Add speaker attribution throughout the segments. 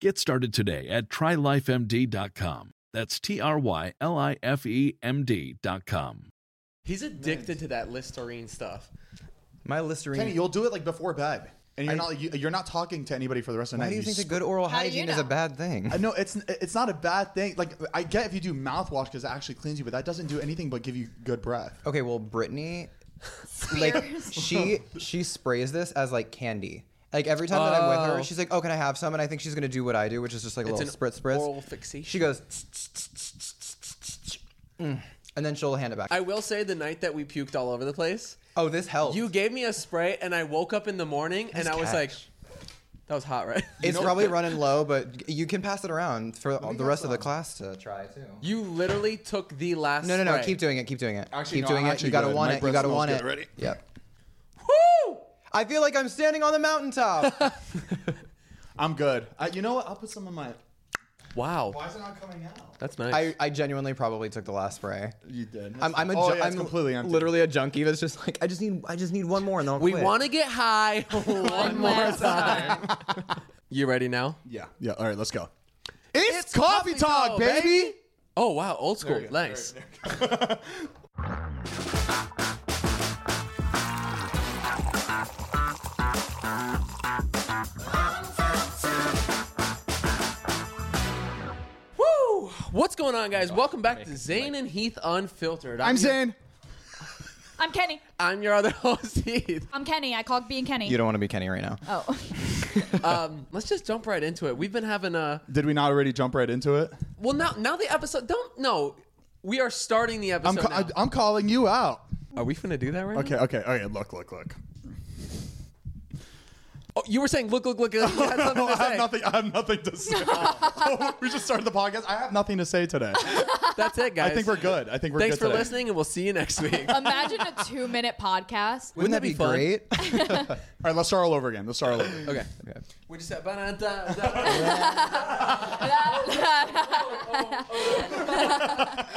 Speaker 1: Get started today at trylifemd.com. That's T R Y L I F E M D.com.
Speaker 2: He's addicted to that Listerine stuff.
Speaker 3: My Listerine.
Speaker 4: Kenny, you'll do it like before bed.
Speaker 3: And
Speaker 4: And
Speaker 3: you're-
Speaker 4: you're not you, you're not talking to anybody for the rest of the
Speaker 3: Why
Speaker 4: night.
Speaker 3: do you think
Speaker 4: just-
Speaker 3: that good oral
Speaker 5: How do you
Speaker 3: hygiene is a
Speaker 5: know?
Speaker 3: bad thing?
Speaker 4: I know it's it's not a bad thing. Like I get if you do mouthwash because it actually cleans you, but that doesn't do anything but give you good breath.
Speaker 3: Okay, well, Brittany, like she she sprays this as like candy. Like every time that I'm with her,
Speaker 2: Oh.
Speaker 3: she's like, "Oh, can I have some?" And I think she's gonna do what I do, which is just like a
Speaker 2: It's
Speaker 3: little
Speaker 2: an
Speaker 3: spritz spritz.
Speaker 2: oral fixation.
Speaker 3: She goes, "Tss, tss, tss, tss, tss, tss, tss, tss, tss." Mm. and then she'll hand it back.
Speaker 2: I will say the night that we puked all over the place,
Speaker 3: oh, this helps.
Speaker 2: you gave me a spray, and I woke up in the morning and I was
Speaker 3: catch.
Speaker 2: like, "That was hot, right?"
Speaker 3: it's probably running low, but you can pass it around for the rest of the class to try too.
Speaker 2: you literally took the last.
Speaker 3: No, no, no!
Speaker 2: spray.
Speaker 3: Keep doing it. Keep doing it.
Speaker 4: Actually,
Speaker 3: keep
Speaker 4: no,
Speaker 3: doing
Speaker 4: I'm
Speaker 3: it.
Speaker 4: actually
Speaker 3: you gotta
Speaker 4: good.
Speaker 3: want
Speaker 4: My
Speaker 3: it. You
Speaker 4: breath
Speaker 3: gotta
Speaker 4: smells
Speaker 3: want
Speaker 4: good
Speaker 3: it.
Speaker 4: already.
Speaker 3: Yep.
Speaker 2: Woo!
Speaker 3: I feel like I'm standing on the mountaintop.
Speaker 4: I'm good. I, you know what? I'll put some in my.
Speaker 2: Wow,
Speaker 4: is it not coming out?
Speaker 2: that's nice.
Speaker 3: I, I genuinely probably took the last spray.
Speaker 4: You did.
Speaker 3: I'm, I'm a
Speaker 4: oh,
Speaker 3: ju-
Speaker 4: yeah, it's
Speaker 3: I'm
Speaker 4: completely empty.
Speaker 3: literally a junkie that's just like I just need I just need one more and then I'll
Speaker 2: we
Speaker 3: quit.
Speaker 2: want to get high one more time. you ready now?
Speaker 4: Yeah. Yeah. All right. Let's go. It's,
Speaker 2: It's
Speaker 4: coffee,
Speaker 2: coffee
Speaker 4: talk,
Speaker 2: talk,
Speaker 4: baby.
Speaker 2: Oh wow, old school. Nice. Woo! What's going on, guys? Welcome back to Zane and Heath Unfiltered. your-
Speaker 4: I'm Zane.
Speaker 5: I'm Kenny.
Speaker 2: I'm your other host, Heath.
Speaker 5: I'm Kenny. I called being Kenny.
Speaker 3: You don't want to be Kenny right now.
Speaker 5: oh.
Speaker 2: Um, let's just jump right into it. We've been having a
Speaker 4: Did we not already jump right into it?
Speaker 2: well now now the episode. Don't no. We are starting the
Speaker 4: I'm
Speaker 2: episode.
Speaker 4: ca-
Speaker 2: now.
Speaker 4: I, am calling you out.
Speaker 2: are we gonna do that right? now?
Speaker 4: Okay. Okay. Okay. Look. Look. Look.
Speaker 2: Oh, you were saying look, look, look. You had something
Speaker 4: No,
Speaker 2: to
Speaker 4: I
Speaker 2: say.
Speaker 4: have nothing. I have nothing to say. we just started the podcast. I have nothing to say today.
Speaker 2: That's it,
Speaker 4: I
Speaker 2: guys.
Speaker 4: think we're good. I think we're
Speaker 2: Thanks
Speaker 4: good
Speaker 2: for
Speaker 4: today.
Speaker 2: listening, and we'll see you next week.
Speaker 5: Imagine a two minute podcast.
Speaker 3: Wouldn't,
Speaker 2: that
Speaker 3: that be,
Speaker 2: be fun?
Speaker 3: great?
Speaker 4: All right. Let's start all over again. Let's start all over.
Speaker 2: okay. We just said. "Ba-da-da-da."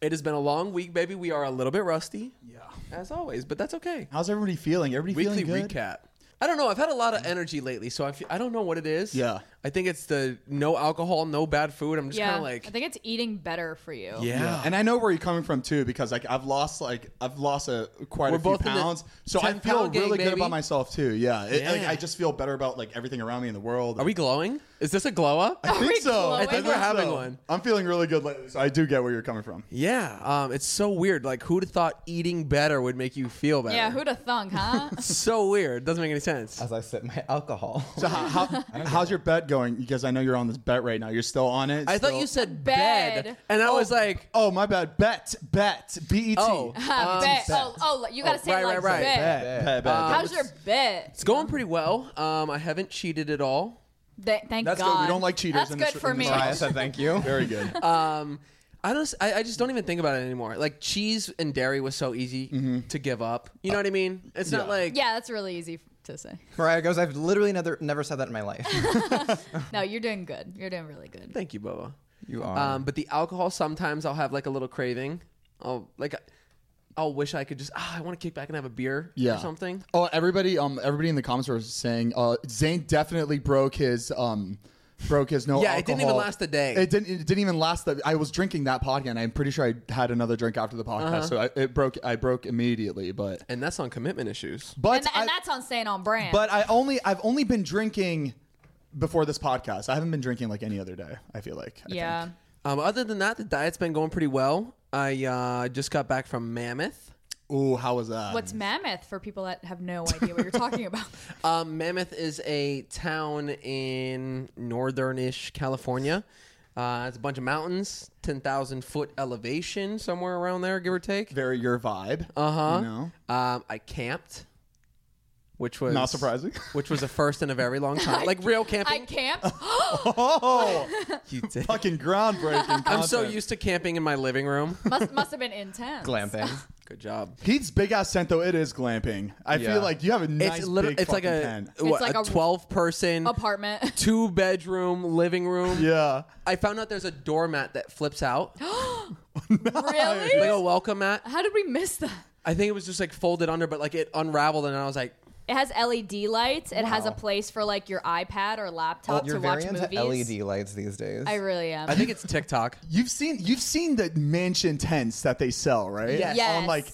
Speaker 2: it has been a long week, baby. We are a little bit rusty,
Speaker 4: Yeah.
Speaker 2: as always, but that's okay.
Speaker 4: How's everybody feeling? Everybody
Speaker 2: Weekly
Speaker 4: feeling good?
Speaker 2: recap. I don't know. I've had a lot of energy lately, so I feel, I don't know what it is.
Speaker 4: Yeah.
Speaker 2: I think it's the no alcohol, no bad food. I'm just kind
Speaker 5: Yeah.
Speaker 2: of like,
Speaker 5: I think it's eating better for you.
Speaker 2: yeah.
Speaker 4: And I know where you're coming from too, because like I've lost like I've lost a quite
Speaker 2: We're
Speaker 4: a few
Speaker 2: both in the
Speaker 4: pounds, so I
Speaker 2: 10
Speaker 4: feel
Speaker 2: pound gang,
Speaker 4: really good
Speaker 2: baby.
Speaker 4: about myself too. Yeah, It-
Speaker 2: Yeah.
Speaker 4: Like, I just feel better about like everything around me in the world.
Speaker 2: Are we glowing? Is this a glow up?
Speaker 4: I think
Speaker 5: we
Speaker 4: so.
Speaker 5: glowing? I think
Speaker 2: we're
Speaker 4: so.
Speaker 2: having one.
Speaker 4: I'm feeling really good lately, so I do get where you're coming from.
Speaker 2: Yeah, um, it's so weird. Like, who'd have thought eating better would make you feel better?
Speaker 5: Yeah, who'da thunk, huh?
Speaker 2: so weird. Doesn't make any sense.
Speaker 3: As I sip my alcohol.
Speaker 4: So how, how, how's your bet going? Because I know you're on this bet right now. You're still on it.
Speaker 2: I thought
Speaker 4: still-
Speaker 2: you said bed,
Speaker 5: Bed.
Speaker 2: and I was like,
Speaker 4: Oh my bad. Bet. Bet. B E T.
Speaker 2: oh, um,
Speaker 5: bet. Oh, oh, you gotta
Speaker 2: Oh,
Speaker 5: say
Speaker 2: right,
Speaker 5: it like
Speaker 2: right, right.
Speaker 5: bet.
Speaker 4: Bet. Bet. bet.
Speaker 2: Uh,
Speaker 5: How's your bet?
Speaker 2: it's going pretty well. Um, I haven't cheated at all.
Speaker 5: Th- thank
Speaker 4: That's
Speaker 5: God.
Speaker 4: good. We don't like cheaters.
Speaker 5: That's
Speaker 4: in
Speaker 5: good
Speaker 4: this,
Speaker 5: for
Speaker 4: in
Speaker 5: me.
Speaker 4: this
Speaker 3: I
Speaker 4: house.
Speaker 3: said thank you.
Speaker 4: Very good.
Speaker 2: Um, I don't. I, I just don't even think about it anymore. Like cheese and dairy was so easy
Speaker 3: Mm-hmm.
Speaker 2: to give up. You know what I mean? It's not like
Speaker 5: Yeah, that's really easy f- to say.
Speaker 3: Mariah goes, I've literally never never said that in my life.
Speaker 5: No, you're doing good. You're doing really good.
Speaker 2: Thank you, Bubba.
Speaker 3: You are.
Speaker 2: Um, but the alcohol sometimes I'll have like a little craving. I'll like, I'll wish I could just. ah, I want to kick back and have a beer
Speaker 4: Yeah.
Speaker 2: or something.
Speaker 4: Oh, everybody! Um, everybody in the comments were saying uh, Zane definitely broke his um, broke his no.
Speaker 2: Yeah, it didn't even
Speaker 4: alcohol-
Speaker 2: last a day.
Speaker 4: It didn't. It didn't even last. The, I was drinking that podcast. and I'm pretty sure I had another drink after the podcast,
Speaker 2: Uh-huh.
Speaker 4: so I, it broke. I broke immediately, but
Speaker 2: And that's on commitment issues.
Speaker 4: but
Speaker 5: and, th- and
Speaker 4: I,
Speaker 5: that's on staying on brand.
Speaker 4: but I only I've only been drinking before this podcast. I haven't been drinking like any other day. I feel like. I
Speaker 5: yeah.
Speaker 4: think.
Speaker 2: Um, other than that, the diet's been going pretty well. I uh, just got back from Mammoth.
Speaker 4: Ooh, how was that?
Speaker 5: What's mammoth for people that have no idea what you're talking about?
Speaker 2: Um, Mammoth is a town in northern-ish California. Uh, it's a bunch of mountains, ten thousand foot elevation, somewhere around there, give or take.
Speaker 4: very your vibe?
Speaker 2: Uh huh.
Speaker 4: You know?
Speaker 2: Um, I camped, which was
Speaker 4: Not surprising.
Speaker 2: Which was a first in a very long time, like real
Speaker 5: I
Speaker 2: camping.
Speaker 5: camped.
Speaker 4: Oh,
Speaker 2: You did.
Speaker 4: fucking groundbreaking. Content.
Speaker 2: I'm so used to camping in my living room.
Speaker 5: must must have been intense.
Speaker 3: Glamping.
Speaker 2: Good job.
Speaker 4: Pete's big ass tent though. It is glamping. I
Speaker 3: Yeah.
Speaker 4: feel like you have a nice
Speaker 2: it's literally
Speaker 4: big
Speaker 2: it's like
Speaker 4: fucking
Speaker 2: a
Speaker 4: tent.
Speaker 2: what,
Speaker 5: like
Speaker 2: a
Speaker 5: a-
Speaker 2: twelve person
Speaker 5: Apartment.
Speaker 2: two bedroom living room.
Speaker 4: Yeah.
Speaker 2: I found out there's a doormat that flips out,
Speaker 5: really?
Speaker 2: like a welcome mat.
Speaker 5: How did we miss that?
Speaker 2: I think it was just like folded under, but like it unraveled, and I was like,
Speaker 5: It has LED lights. It has a place for like your iPad or laptop
Speaker 3: You're
Speaker 5: to watch
Speaker 3: very into
Speaker 5: movies.
Speaker 3: LED lights these days.
Speaker 5: I really am.
Speaker 2: E I think it's TikTok.
Speaker 4: You've seen you've seen the mansion tents that they sell, right?
Speaker 2: Yes.
Speaker 5: Yes.
Speaker 4: On like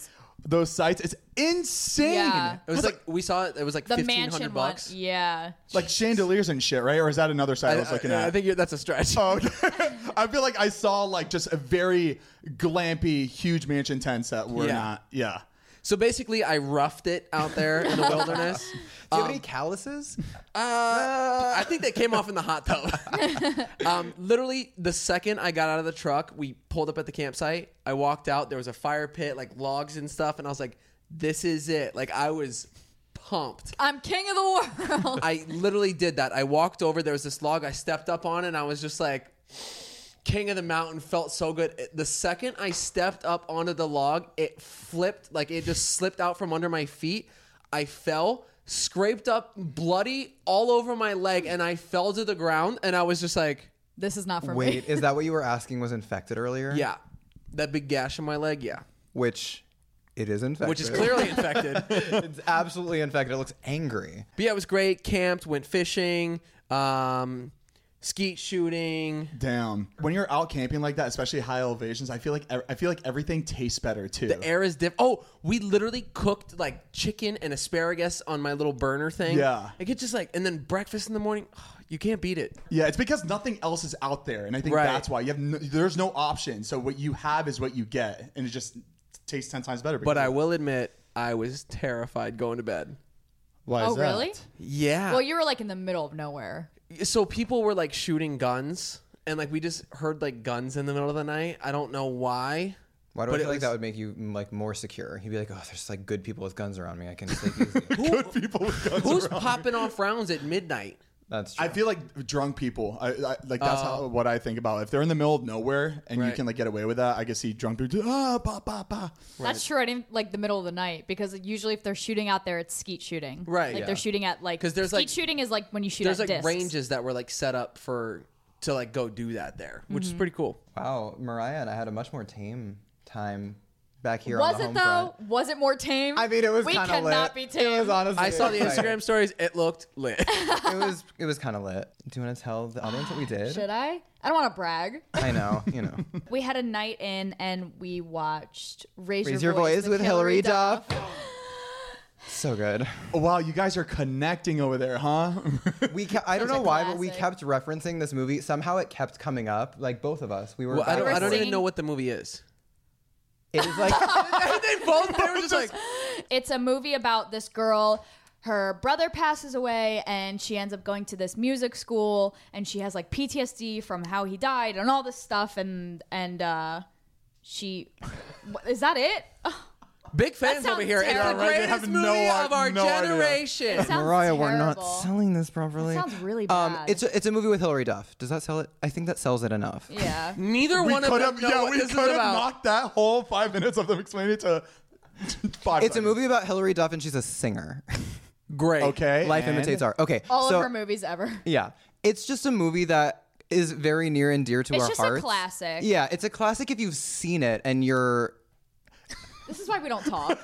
Speaker 4: those sites, it's insane.
Speaker 5: Yeah.
Speaker 2: It was like we saw it. It was like
Speaker 5: the
Speaker 2: fifteen
Speaker 5: mansion
Speaker 2: hundred bucks.
Speaker 5: one. Yeah.
Speaker 4: Like chandeliers and shit, right? Or is that another site I, was looking at?
Speaker 2: I think you're, that's a stretch.
Speaker 4: Oh, okay. I feel like I saw like just a very glampy, huge mansion tents that were
Speaker 2: Yeah.
Speaker 4: not. Yeah.
Speaker 2: So basically, I roughed it out there in the wilderness.
Speaker 3: Do you
Speaker 2: Um,
Speaker 3: have any calluses?
Speaker 2: Uh, I think that came off in the hot tub. um, literally, the second I got out of the truck, we pulled up at the campsite. I walked out. There was a fire pit, like logs and stuff, and I was like, "This is it!" Like I was pumped.
Speaker 5: I'm king of the world.
Speaker 2: I literally did that. I walked over. There was this log. I stepped up on, and I was just like, "King of the mountain." Felt so good. It- The second I stepped up onto the log, it flipped. Like it just slipped out from under my feet. I fell, scraped up, bloody all over my leg, and I fell to the ground. And I was just like,
Speaker 5: this is not for me.
Speaker 3: Wait, is that what you were asking was infected earlier?
Speaker 2: "Yeah, that big gash in my leg. Yeah,
Speaker 3: Which it is infected.
Speaker 2: which is clearly infected."
Speaker 3: it's absolutely infected. It looks angry.
Speaker 2: But yeah, it was great. Camped, went fishing, um, skeet shooting.
Speaker 4: Damn. When you're out camping like that, especially high elevations, I feel like ev- I feel like everything tastes better too.
Speaker 2: The air is diff. Oh, we literally cooked like chicken and asparagus on my little burner thing.
Speaker 4: Yeah.
Speaker 2: like it's just like, and then breakfast in the morning. you can't beat it.
Speaker 4: yeah, it's because nothing else is out there, and I think
Speaker 2: Right.
Speaker 4: that's why you have no, there's no option. So what you have is what you get, and it just tastes ten times better.
Speaker 2: But
Speaker 4: because
Speaker 2: I
Speaker 4: of
Speaker 2: will admit, I was terrified going to bed.
Speaker 4: Why
Speaker 5: oh, really?
Speaker 2: Yeah.
Speaker 5: Well, you were like in the middle of nowhere.
Speaker 2: so people were like shooting guns, and like we just heard like guns in the middle of the night. I don't know why.
Speaker 3: Why do
Speaker 2: But
Speaker 3: I
Speaker 2: it
Speaker 3: feel like
Speaker 2: was-
Speaker 3: that would make you mm, like more secure? You'd be like, oh, there's like good people with guns around me. I can sleep easy.
Speaker 4: Good people with guns.
Speaker 2: Who's popping off rounds at midnight?
Speaker 3: That's true.
Speaker 4: I feel like drunk people. I, I like that's how what I think about. If they're in the middle of nowhere and you
Speaker 2: Oh. Right.
Speaker 4: can like get away with that, I can see drunk people. do, Ah, bah, bah, bah.
Speaker 5: That's true. I didn't like the middle of the night because usually if they're shooting out there, it's skeet shooting.
Speaker 2: Right,
Speaker 5: Like
Speaker 2: yeah.
Speaker 5: they're shooting at like
Speaker 2: 'Cause there's,
Speaker 5: skeet
Speaker 2: like-
Speaker 5: shooting is like when you shoot
Speaker 2: There's
Speaker 5: at
Speaker 2: like
Speaker 5: discs.
Speaker 2: ranges that were like set up for to like go do that there, which
Speaker 5: Mm-hmm.
Speaker 2: is pretty cool.
Speaker 3: wow, Mariah and I had a much more tame time back here.
Speaker 5: Was
Speaker 3: on the
Speaker 5: it
Speaker 3: home
Speaker 5: though?
Speaker 3: front.
Speaker 5: Was it more tame?
Speaker 3: I mean, it was
Speaker 5: We
Speaker 3: kind of lit.
Speaker 5: cannot be tame.
Speaker 3: It was honestly.
Speaker 2: I saw the
Speaker 3: exciting.
Speaker 2: Instagram stories. It looked lit.
Speaker 3: it was it was kind of lit. Do you want to tell the audience what we did?
Speaker 5: Should I? I don't want to brag.
Speaker 3: I know, you know.
Speaker 5: we had a night in and we watched Raise,
Speaker 3: Raise your voice with Hillary Duff. so good.
Speaker 4: Oh, wow, you guys are connecting over there, huh?
Speaker 3: We ke- I don't
Speaker 5: Such a
Speaker 3: know why, but we
Speaker 5: classic.
Speaker 3: kept referencing this movie. Somehow it kept coming up. Like both of us, we were.
Speaker 2: Well, I don't,
Speaker 3: back-
Speaker 2: I don't even
Speaker 5: singing-
Speaker 2: know what the movie is.
Speaker 3: It was like
Speaker 2: they both they were just like
Speaker 5: It's a movie about this girl. Her brother passes away, and she ends up going to this music school, and she has like PTSD from how he died and all this stuff, and and uh, she what- is that it? Oh,
Speaker 2: big fans
Speaker 5: That
Speaker 2: over here.
Speaker 5: sounds
Speaker 2: It's the
Speaker 5: terrible. Yeah,
Speaker 4: right, they have
Speaker 2: greatest movie
Speaker 4: no i-
Speaker 2: of our
Speaker 4: no idea.
Speaker 2: generation.
Speaker 5: It sounds
Speaker 3: Mariah, we're not
Speaker 5: terrible.
Speaker 3: selling this properly.
Speaker 5: sounds really
Speaker 3: Um,
Speaker 5: bad.
Speaker 3: it's a, it's a movie with Hilary Duff. Does that sell it? I think that sells it enough.
Speaker 5: Yeah,
Speaker 2: Neither
Speaker 4: we
Speaker 2: one of
Speaker 4: could
Speaker 2: them
Speaker 4: have,
Speaker 2: know
Speaker 4: yeah,
Speaker 2: what
Speaker 4: we
Speaker 2: this
Speaker 4: could
Speaker 2: is
Speaker 4: have
Speaker 2: about.
Speaker 4: knocked that whole five minutes of them explaining it to five.
Speaker 3: It's a
Speaker 4: seconds.
Speaker 3: movie about Hilary Duff and she's a singer.
Speaker 2: Great.
Speaker 4: Okay,
Speaker 3: Life
Speaker 4: and-
Speaker 3: imitates art. Okay,
Speaker 5: all
Speaker 3: so
Speaker 5: of her movies ever.
Speaker 3: yeah, it's just a movie that is very near and dear to
Speaker 5: It's
Speaker 3: our
Speaker 5: just a
Speaker 3: hearts.
Speaker 5: classic.
Speaker 3: Yeah, it's a classic if you've seen it and you're
Speaker 5: This is why we don't talk.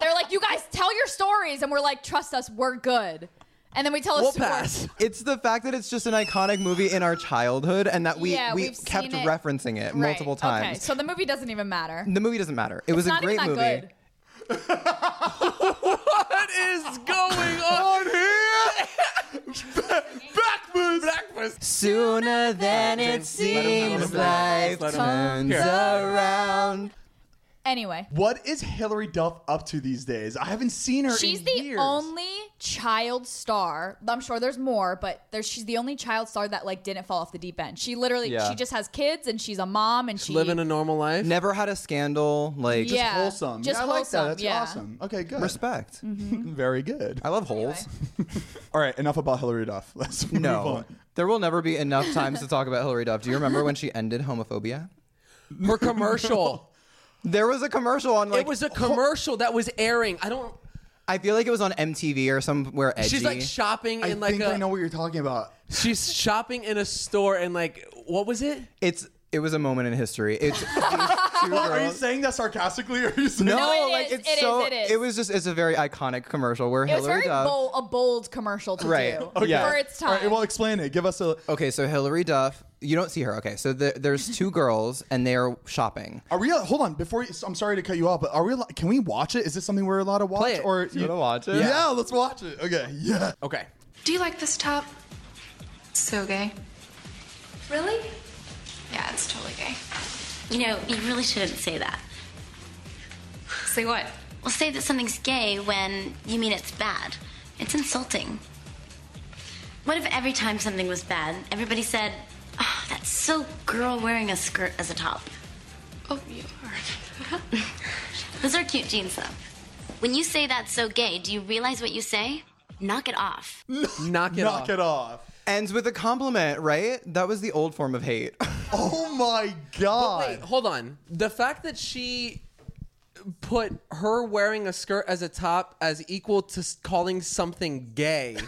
Speaker 5: They're like, you guys tell your stories, and we're like, trust us, we're good. And then we tell a
Speaker 2: We'll
Speaker 5: story.
Speaker 2: pass.
Speaker 3: It's the fact that it's just an iconic movie in our childhood and that we,
Speaker 5: Yeah,
Speaker 3: we
Speaker 5: we've
Speaker 3: kept
Speaker 5: seen it.
Speaker 3: referencing it
Speaker 5: Right,
Speaker 3: multiple
Speaker 5: Okay,
Speaker 3: times.
Speaker 5: so the movie doesn't even matter.
Speaker 3: the movie doesn't matter. It was
Speaker 5: it's
Speaker 3: a
Speaker 5: not
Speaker 3: great
Speaker 5: even
Speaker 3: movie.
Speaker 5: that good.
Speaker 2: What is going on here? Blackfoots. Blackfoots. bars.
Speaker 3: Sooner
Speaker 2: Let
Speaker 3: than it
Speaker 2: him have
Speaker 3: seems,
Speaker 2: it. Let
Speaker 3: life
Speaker 2: him have it.
Speaker 3: turns around.
Speaker 5: Anyway,
Speaker 4: What is Hillary Duff up to these days? I haven't seen her.
Speaker 5: she's
Speaker 4: in
Speaker 5: the
Speaker 4: years.
Speaker 5: only child star. I'm sure there's more, but there's she's the only child star that like didn't fall off the deep end. She literally
Speaker 3: Yeah.
Speaker 5: she just has kids and she's a mom and she
Speaker 2: Living a normal life.
Speaker 3: Never had a scandal. Like,
Speaker 5: Yeah.
Speaker 4: wholesome.
Speaker 5: Just
Speaker 4: yeah, I like that.
Speaker 5: wholesome,
Speaker 4: That's
Speaker 5: yeah.
Speaker 4: awesome. Okay, good.
Speaker 3: respect.
Speaker 4: Mm-hmm. Very good.
Speaker 3: I love holes.
Speaker 4: All right, enough about Hillary Duff. Let's move
Speaker 3: No.
Speaker 4: on.
Speaker 3: There will never be enough times to talk about Hillary Duff. Do you remember when she ended homophobia?
Speaker 2: Her commercial.
Speaker 3: There was a commercial on like
Speaker 2: it was a commercial that was airing. I don't.
Speaker 3: I feel like it was on MTV or somewhere edgy.
Speaker 2: She's like shopping
Speaker 4: I
Speaker 2: in like
Speaker 4: think
Speaker 2: a.
Speaker 4: I know what you're talking about.
Speaker 2: She's shopping in a store and like what was it?
Speaker 3: it's it was a moment in history. It's these two
Speaker 4: Are you
Speaker 3: girls-
Speaker 4: saying that sarcastically? Or are you saying
Speaker 3: No,
Speaker 5: No, it
Speaker 3: like
Speaker 5: is,
Speaker 3: it's
Speaker 5: it is,
Speaker 3: so
Speaker 5: it is.
Speaker 3: it was just it's a very iconic commercial where
Speaker 5: It was
Speaker 3: Hillary
Speaker 5: very
Speaker 3: Duff
Speaker 5: bold, a bold commercial to
Speaker 3: uh, Right.
Speaker 5: do
Speaker 3: Okay.
Speaker 5: for its
Speaker 4: All
Speaker 5: time.
Speaker 4: right, well, explain it. Give us a.
Speaker 3: Okay, so Hillary Duff, you don't see her. Okay, so the, there's two girls and they're shopping.
Speaker 4: Are we? Hold on. Before you, I'm sorry to cut you off, but are we? allo- Can we watch it? Is this something we're allowed to watch?
Speaker 2: Play it.
Speaker 4: Or
Speaker 3: You wanna watch it?
Speaker 4: Yeah. let's watch it. Okay. Yeah.
Speaker 2: Okay.
Speaker 6: Do you like this top? So gay. Really? Yeah, it's totally gay. You know, you really shouldn't say that. Say what? Well, say that something's gay when you mean it's bad. It's insulting. What if every time something was bad, everybody said, oh, that's so girl wearing a skirt as a top? Oh, you are. Those are cute jeans, though. When you say that's so gay, do you realize what you say? Knock it off.
Speaker 2: Knock it
Speaker 4: Knock
Speaker 2: off.
Speaker 4: it off.
Speaker 3: Ends with a compliment, right? That was the old form of hate.
Speaker 4: Oh my
Speaker 2: But
Speaker 4: god.
Speaker 2: wait, hold on. The fact that she put her wearing a skirt as a top as equal to s- calling something gay.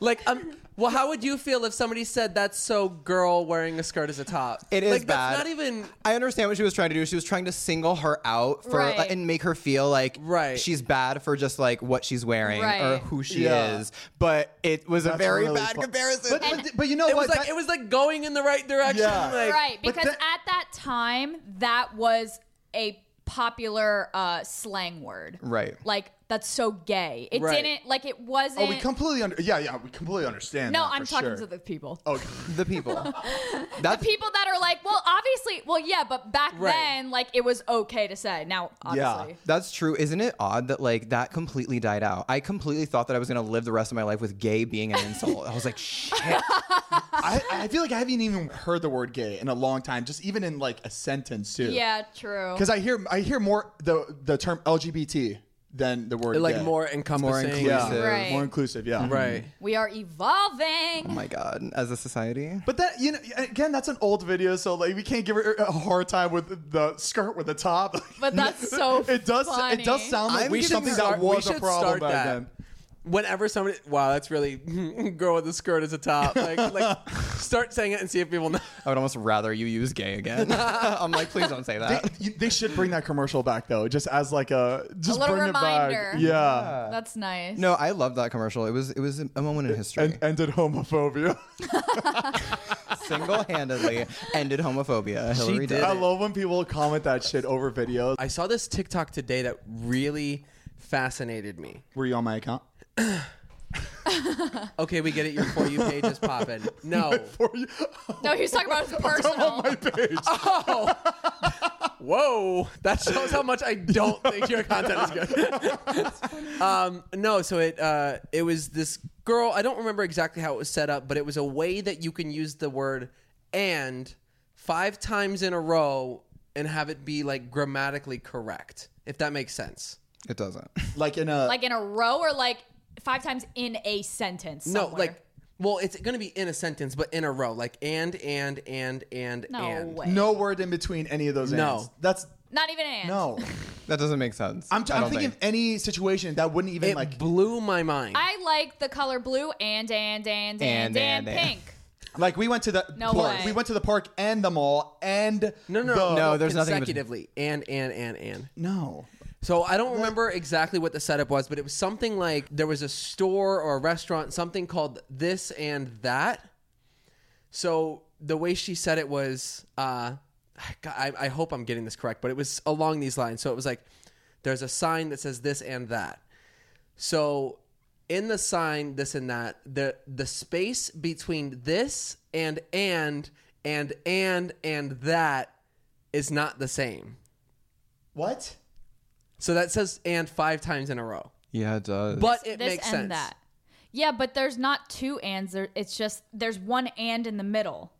Speaker 2: like um well how would you feel if somebody said that's so girl wearing a skirt as a top?
Speaker 3: It is
Speaker 2: like,
Speaker 3: bad.
Speaker 2: That's not even
Speaker 3: I understand what she was trying to do. She was trying to single her out for
Speaker 5: Right.
Speaker 3: like, and make her feel like
Speaker 2: Right.
Speaker 3: she's bad for just like what she's wearing or
Speaker 5: Right.
Speaker 3: who she
Speaker 4: Yeah.
Speaker 3: is. But it was a
Speaker 4: That's
Speaker 3: very
Speaker 4: really
Speaker 3: bad
Speaker 4: fu-
Speaker 3: comparison.
Speaker 4: But, but, but you know
Speaker 2: it
Speaker 4: what?
Speaker 2: was like
Speaker 4: That-
Speaker 2: it was like going in the right direction.
Speaker 4: Yeah.
Speaker 2: Like
Speaker 5: right
Speaker 4: But
Speaker 5: because
Speaker 4: that-
Speaker 5: at that time that was a popular uh, slang word
Speaker 3: Right.
Speaker 5: like that's so gay it
Speaker 2: Right.
Speaker 5: didn't like it wasn't
Speaker 4: oh, we completely under. Yeah, yeah. We completely understand.
Speaker 5: Eh. no
Speaker 4: that
Speaker 5: i'm
Speaker 4: for
Speaker 5: talking
Speaker 4: sure.
Speaker 5: to the people
Speaker 4: Okay.
Speaker 3: the people. That's
Speaker 5: people that are like well obviously well yeah but back
Speaker 2: Right.
Speaker 5: then like it was okay to say now obviously
Speaker 3: That's true. Isn't it odd that like that completely died out? I completely thought that I was gonna live the rest of my life with gay being an insult. I was like, shit.
Speaker 4: I, I feel like I haven't even heard the word gay in a long time. Just even in like a sentence too.
Speaker 5: yeah true
Speaker 4: Because I hear I hear more the the term LGBT than the word
Speaker 2: like
Speaker 4: gay.
Speaker 2: more encompassing.
Speaker 3: More inclusive.
Speaker 4: Yeah.
Speaker 5: Right.
Speaker 4: More inclusive. Yeah.
Speaker 2: Mm-hmm. Right.
Speaker 5: we are evolving
Speaker 3: Oh my god, as a society.
Speaker 4: But that you know again that's an old video so like we can't give her a hard time with the skirt with the top.
Speaker 5: But that's so
Speaker 4: it does it does
Speaker 5: funny.
Speaker 4: sound like
Speaker 3: I'm We should
Speaker 4: something
Speaker 2: start-
Speaker 4: that was
Speaker 2: we
Speaker 4: a
Speaker 2: should
Speaker 4: problem
Speaker 2: start
Speaker 4: back
Speaker 2: that.
Speaker 4: then.
Speaker 2: whenever somebody wow that's really girl with the skirt as a top like like start saying it and see if people know
Speaker 3: I would almost rather you use gay again. I'm like, please don't say that.
Speaker 4: You- They should bring that commercial back though, just as like a just
Speaker 5: little
Speaker 4: bring
Speaker 5: reminder.
Speaker 4: it back. Yeah.
Speaker 5: that's nice
Speaker 3: No, I love that commercial. It was it was a moment in history.
Speaker 4: And ended homophobia.
Speaker 3: Single handedly ended homophobia. Hillary
Speaker 2: did
Speaker 3: did.
Speaker 4: I
Speaker 2: it.
Speaker 4: love when people comment that shit over videos.
Speaker 2: i saw this tiktok today that really fascinated me
Speaker 4: Were you on my account?
Speaker 2: okay we get it your for you page is popping no
Speaker 4: For you?
Speaker 5: no he was talking about his personal
Speaker 4: my page.
Speaker 2: whoa that shows how much i don't think your content is good um no so it uh it was this girl i don't remember exactly how it was set up but it was a way that you can use the word and five times in a row and have it be like grammatically correct if that makes sense
Speaker 3: It doesn't.
Speaker 4: like in a
Speaker 5: like in a row or like five times in a sentence
Speaker 2: No,
Speaker 5: somewhere?
Speaker 2: like, well, it's going to be in a sentence, but in a row, like and and and and
Speaker 5: no
Speaker 2: and.
Speaker 5: way
Speaker 4: no word in between any of those.
Speaker 2: No.
Speaker 4: ands. that's
Speaker 5: not even an
Speaker 4: no.
Speaker 3: That doesn't make sense.
Speaker 4: I'm, t-
Speaker 3: I
Speaker 4: I'm
Speaker 3: don't
Speaker 4: thinking
Speaker 3: think.
Speaker 4: of any situation that wouldn't even
Speaker 2: It
Speaker 4: like.
Speaker 2: blew my mind.
Speaker 5: I like the color blue and and and and and,
Speaker 3: And, and, and.
Speaker 5: pink.
Speaker 4: Like we went to the
Speaker 5: No
Speaker 4: park.
Speaker 5: way.
Speaker 4: We went to the park and the mall and
Speaker 2: no, no,
Speaker 4: the-
Speaker 2: no,
Speaker 3: No, there's nothing between-
Speaker 2: consecutively and and and and.
Speaker 4: no.
Speaker 2: So I don't remember exactly what the setup was, but it was something like there was a store or a restaurant, something called this and that. So the way she said it was, uh, God, I, I hope I'm getting this correct, but it was along these lines. So it was like, there's a sign that says this and that. So in the sign this and that the the space between this and and and and and that is not the same.
Speaker 4: What?
Speaker 2: So that says and five times in a row.
Speaker 3: Yeah, it does.
Speaker 2: But it
Speaker 5: this
Speaker 2: makes
Speaker 5: and
Speaker 2: sense.
Speaker 5: that. Yeah, but there's not two ands. There, it's just there's one and in the middle.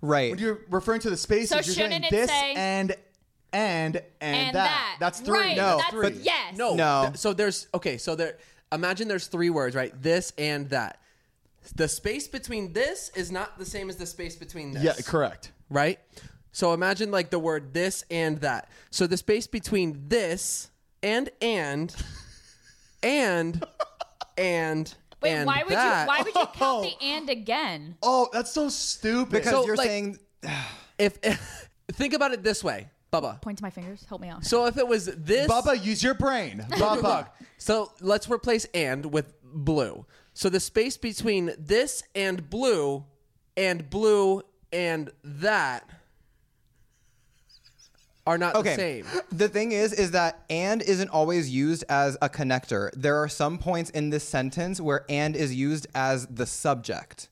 Speaker 3: right.
Speaker 4: When you're referring to the spaces,
Speaker 5: So
Speaker 4: you're saying
Speaker 5: shouldn't it
Speaker 4: this
Speaker 5: say-
Speaker 4: and and and,
Speaker 5: And
Speaker 4: that.
Speaker 5: that.
Speaker 4: That's three.
Speaker 5: Right,
Speaker 4: No,
Speaker 5: that's-
Speaker 4: three.
Speaker 5: but- Yes.
Speaker 2: No.
Speaker 3: No.
Speaker 2: Th- so there's okay. So there. Imagine there's three words, right? This and that. The space between this is not the same as the space between this.
Speaker 4: Yeah, correct.
Speaker 2: Right. So imagine like the word this and that. So the space between this and and and and
Speaker 5: Wait,
Speaker 2: and
Speaker 5: why would
Speaker 2: that,
Speaker 5: you? Why would you count the and again?
Speaker 4: Oh, that's so stupid.
Speaker 3: Because
Speaker 2: So,
Speaker 3: you're
Speaker 2: like-
Speaker 3: saying
Speaker 2: if, if think about it this way, Bubba.
Speaker 5: Point to my fingers. Help me out.
Speaker 2: So if it was this
Speaker 4: Bubba, use your brain.
Speaker 2: Look, look,
Speaker 4: Bubba.
Speaker 2: look. So let's replace and with blue. So the space between this and blue and blue and that are not
Speaker 3: okay.
Speaker 2: the same.
Speaker 3: The thing is, is that and isn't always used as a connector. There are some points in this sentence where and is used as the subject.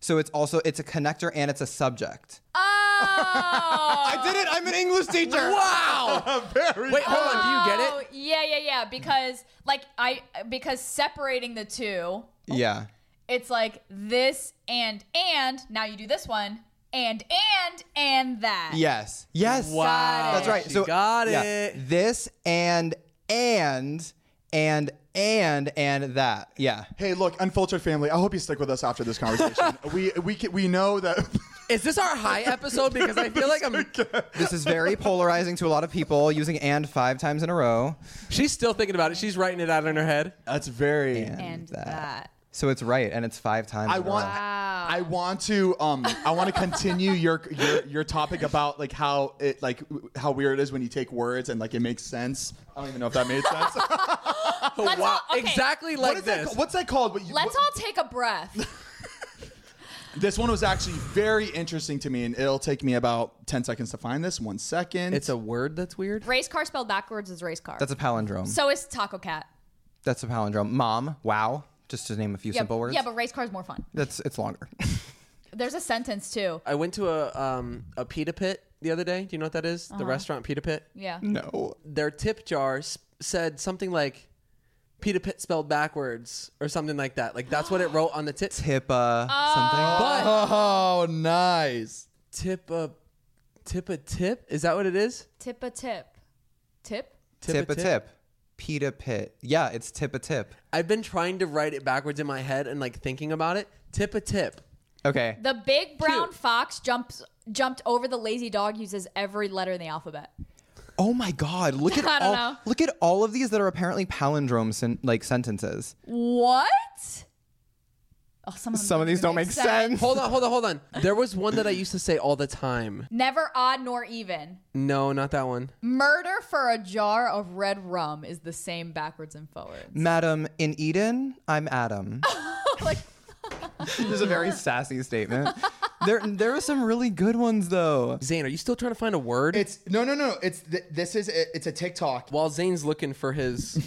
Speaker 3: So it's also it's a connector and it's a subject.
Speaker 5: Oh,
Speaker 3: I did it. I'm an English teacher.
Speaker 2: Wow!
Speaker 4: Very
Speaker 2: Wait, hold on. Do you get
Speaker 5: oh,
Speaker 2: it?
Speaker 5: yeah, yeah, yeah. Because like I, because separating the two,
Speaker 3: Yeah.
Speaker 5: it's like this and and. Now you do this one and and and that.
Speaker 3: Yes. Yes.
Speaker 2: Wow.
Speaker 3: That's right.
Speaker 2: She
Speaker 3: so
Speaker 2: got
Speaker 3: yeah.
Speaker 2: it.
Speaker 3: This and and and and and that. Yeah.
Speaker 4: Hey, look, unfiltered family. I hope you stick with us after this conversation. we we ca- we know that
Speaker 2: Is this our high episode? Because I feel like I'm.
Speaker 3: This is very polarizing to a lot of people using and five times in a row.
Speaker 2: She's still thinking about it. She's writing it out in her head.
Speaker 4: that's very.
Speaker 5: and that.
Speaker 3: So it's right and it's five times.
Speaker 4: I
Speaker 3: in a
Speaker 4: want
Speaker 3: row.
Speaker 4: I want to um I want to continue your your your topic about like how it like w- how weird it is when you take words and like it makes sense. I don't even know if that made sense.
Speaker 5: Let's
Speaker 2: wow!
Speaker 5: all- okay.
Speaker 2: Exactly
Speaker 4: What
Speaker 2: like
Speaker 4: is
Speaker 2: this.
Speaker 4: That, what's that called? What you-
Speaker 5: Let's
Speaker 4: what-
Speaker 5: all take a breath.
Speaker 4: This one was actually very interesting to me, and it'll take me about ten seconds to find this. One second.
Speaker 2: it's a word that's weird.
Speaker 5: race car spelled backwards is race car.
Speaker 3: That's a palindrome.
Speaker 5: so is taco cat.
Speaker 3: That's a palindrome. Mom. Wow. Just to name a few
Speaker 5: Yeah,
Speaker 3: simple words.
Speaker 5: yeah, but race car is more fun.
Speaker 3: that's it's longer.
Speaker 5: There's a sentence too.
Speaker 2: I went to a um a pita pit the other day. Do you know what that is?
Speaker 5: Uh-huh.
Speaker 2: The restaurant pita pit.
Speaker 5: Yeah.
Speaker 3: no.
Speaker 2: their tip jar s- said something like Peter Pitt spelled backwards or something like that. Like that's what it wrote on the tip.
Speaker 3: HIPAA. Something.
Speaker 2: But
Speaker 4: oh, nice.
Speaker 2: tip a tip a tip is that what it is?
Speaker 5: Tip a tip. Tip?
Speaker 3: Tip a tip. Pita pit. Yeah, it's tip a tip.
Speaker 2: I've been trying to write it backwards in my head and like thinking about it. Tip a tip.
Speaker 3: Okay.
Speaker 5: The big brown fox jumps jumped over the lazy dog uses every letter in the alphabet.
Speaker 3: Oh my God! Look at
Speaker 5: I don't
Speaker 3: all.
Speaker 5: know.
Speaker 3: Look at all of these that are apparently palindrome sen- like sentences.
Speaker 5: What? Oh, some of, them
Speaker 3: Some of these
Speaker 5: even
Speaker 3: don't make sense.
Speaker 2: Hold on, hold on, hold on. There was one that I used to say all the time.
Speaker 5: Never odd nor even.
Speaker 2: No, not that one.
Speaker 5: Murder for a jar of red rum is the same backwards and forwards.
Speaker 3: Madam, in Eden, I'm Adam.
Speaker 5: Oh, like
Speaker 3: this is a very sassy statement. There, there are some really good ones though.
Speaker 2: Zane, are you still trying to find a word?
Speaker 4: It's no, no, no. It's th- this is it's a TikTok.
Speaker 2: While Zane's looking for his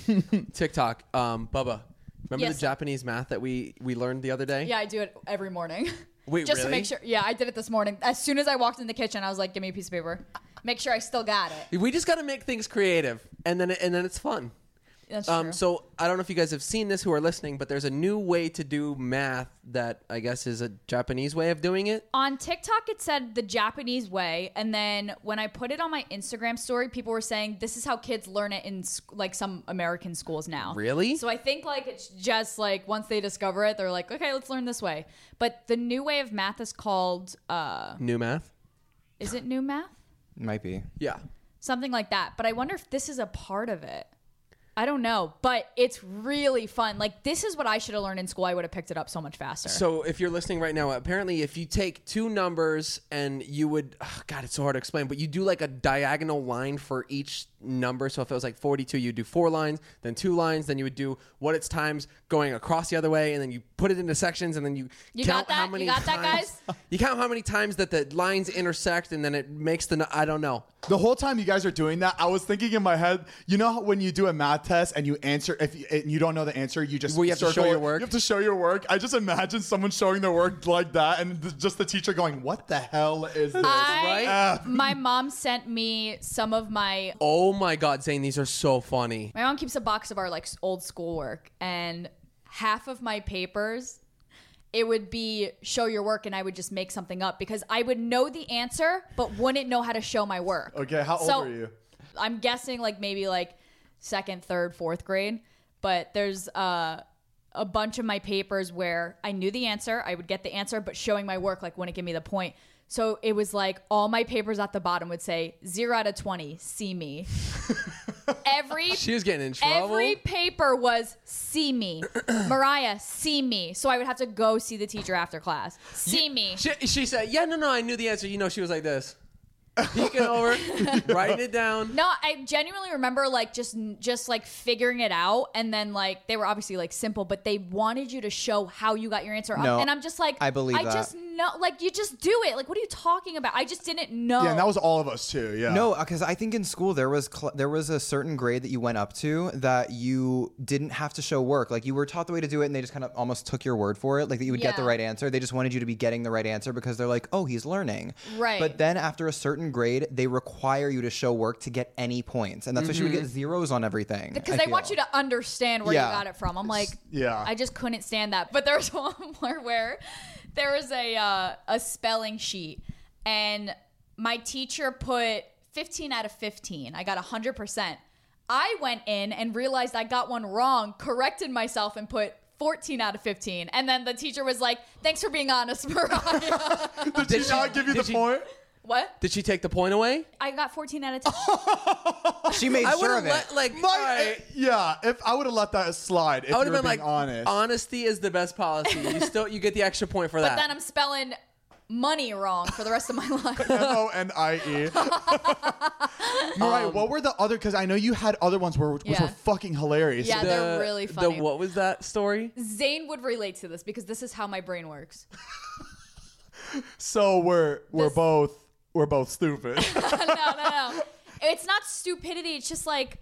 Speaker 2: TikTok, um, Bubba, remember
Speaker 5: Yes.
Speaker 2: the Japanese math that we we learned the other day?
Speaker 5: Yeah, I do it every morning.
Speaker 2: Wait,
Speaker 5: just to
Speaker 2: really?
Speaker 5: make sure. Yeah, I did it this morning. As soon as I walked in the kitchen, I was like, "Give me a piece of paper. Make sure I still got it."
Speaker 2: We just got to make things creative, and then it, and then it's fun.
Speaker 5: That's
Speaker 2: Um,
Speaker 5: true.
Speaker 2: so I don't know if you guys have seen this who are listening, but there's a new way to do math that I guess is a Japanese way of doing it.
Speaker 5: on TikTok, it said the Japanese way, and then when I put it on my Instagram story, people were saying this is how kids learn it in sc- like some American schools now.
Speaker 2: Really?
Speaker 5: So I think like it's just like once they discover it, they're like, "Okay, let's learn this way." But the new way of math is called uh,
Speaker 2: New math.
Speaker 5: is it new math?
Speaker 3: Might be.
Speaker 2: Yeah.
Speaker 5: something like that. But I wonder if this is a part of it. I don't know, but it's really fun. Like this is what I should have learned in school. I would have picked it up so much faster.
Speaker 2: So if you're listening right now, apparently if you take two numbers and you would, ugh, God, it's so hard to explain, but you do like a diagonal line for each number. So if it was like 42, you'd do four lines, then two lines, then you would do what it's times going across the other way, and then you put it into sections, and then you,
Speaker 5: You
Speaker 2: count
Speaker 5: got
Speaker 2: how
Speaker 5: that? You
Speaker 2: many
Speaker 5: got that,
Speaker 2: times- You count how many times that the lines intersect, and then it makes the. nu- I don't know.
Speaker 4: The whole time you guys are doing that, I was thinking in my head, you know, how when you do a math test and you answer, if you, and you don't know the answer, you just
Speaker 2: Well, you have to show
Speaker 4: it.
Speaker 2: your work.
Speaker 4: You have to show your work. I just imagine someone showing their work like that, and th- just the teacher going, "What the hell is this?"
Speaker 5: I, my mom sent me some of my
Speaker 2: Oh my god, Zane, these are so funny.
Speaker 5: My mom keeps a box of our like s- old schoolwork, and half of my papers, it would be show your work, and I would just make something up because I would know the answer but wouldn't know how to show my work.
Speaker 4: Okay, how old
Speaker 5: So-
Speaker 4: are you?
Speaker 5: I'm guessing like maybe like second, third, fourth grade, but there's uh, a bunch of my papers where I knew the answer, I would get the answer, but showing my work like wouldn't give me the point. So it was like all my papers at the bottom would say zero out of twenty, see me. Every
Speaker 2: She was getting in trouble.
Speaker 5: Every paper was see me. Mariah, see me. So I would have to go see the teacher after class. See me.
Speaker 2: She, she said, "Yeah, no, no, I knew the answer." You know, she was like this, peeking over, writing it down.
Speaker 3: Um,
Speaker 5: no, I genuinely remember like just just like figuring it out and then like they were obviously like simple, but they wanted you to show how you got your answer
Speaker 3: No,
Speaker 5: up. And I'm just like
Speaker 3: I believe
Speaker 5: I
Speaker 3: that.
Speaker 5: just know like you just do it. Like what are you talking about? I just didn't know.
Speaker 4: Yeah, and that was all of us too. Yeah.
Speaker 3: No, because I think in school there was cl- there was a certain grade that you went up to that you didn't have to show work. Like you were taught the way to do it, and they just kind of almost took your word for it. Like that you would get the
Speaker 5: Yeah.
Speaker 3: right answer. They just wanted you to be getting the right answer because they're like, oh, he's learning.
Speaker 5: Right.
Speaker 3: But then after a certain grade, they require you to show work to get any points, and that's why she would get zeros on everything.
Speaker 5: Mm-hmm. because
Speaker 3: I
Speaker 5: they
Speaker 3: feel.
Speaker 5: want you to understand where
Speaker 3: Yeah.
Speaker 5: you got it from. I'm like,
Speaker 4: yeah.
Speaker 5: I just couldn't stand that. But there was one more where there was a uh, a spelling sheet, and my teacher put 15 out of 15. I got 100. percent I went in and realized I got one wrong, corrected myself, and put 14 out of 15. And then the teacher was like, "Thanks for being honest, Mariah."
Speaker 4: Did, she not give you
Speaker 2: did
Speaker 4: the
Speaker 2: she-
Speaker 4: point?
Speaker 5: what?
Speaker 2: Did she take the point away?
Speaker 5: I got 14 out of 10.
Speaker 3: She made
Speaker 2: I would
Speaker 3: sure
Speaker 2: have
Speaker 3: of it.
Speaker 2: let like
Speaker 4: My,
Speaker 2: all right.
Speaker 4: Yeah. If I would have let that slide, if
Speaker 2: I
Speaker 4: I
Speaker 2: would
Speaker 4: would
Speaker 2: have been like,
Speaker 4: honest.
Speaker 2: honesty is the best policy. You still you get the extra point for that.
Speaker 5: But then I'm spelling money wrong for the rest of my life.
Speaker 4: M O N I E. Mariah, what were the other? Because I know you had other ones were, which
Speaker 5: Yeah.
Speaker 4: were fucking hilarious.
Speaker 5: Yeah, they're really funny.
Speaker 2: The, what was that story?
Speaker 5: Zane would relate to this because this is how my brain works.
Speaker 4: So we're we're
Speaker 5: This-
Speaker 4: both we're both stupid.
Speaker 5: no, no, no. It's not stupidity. It's just like,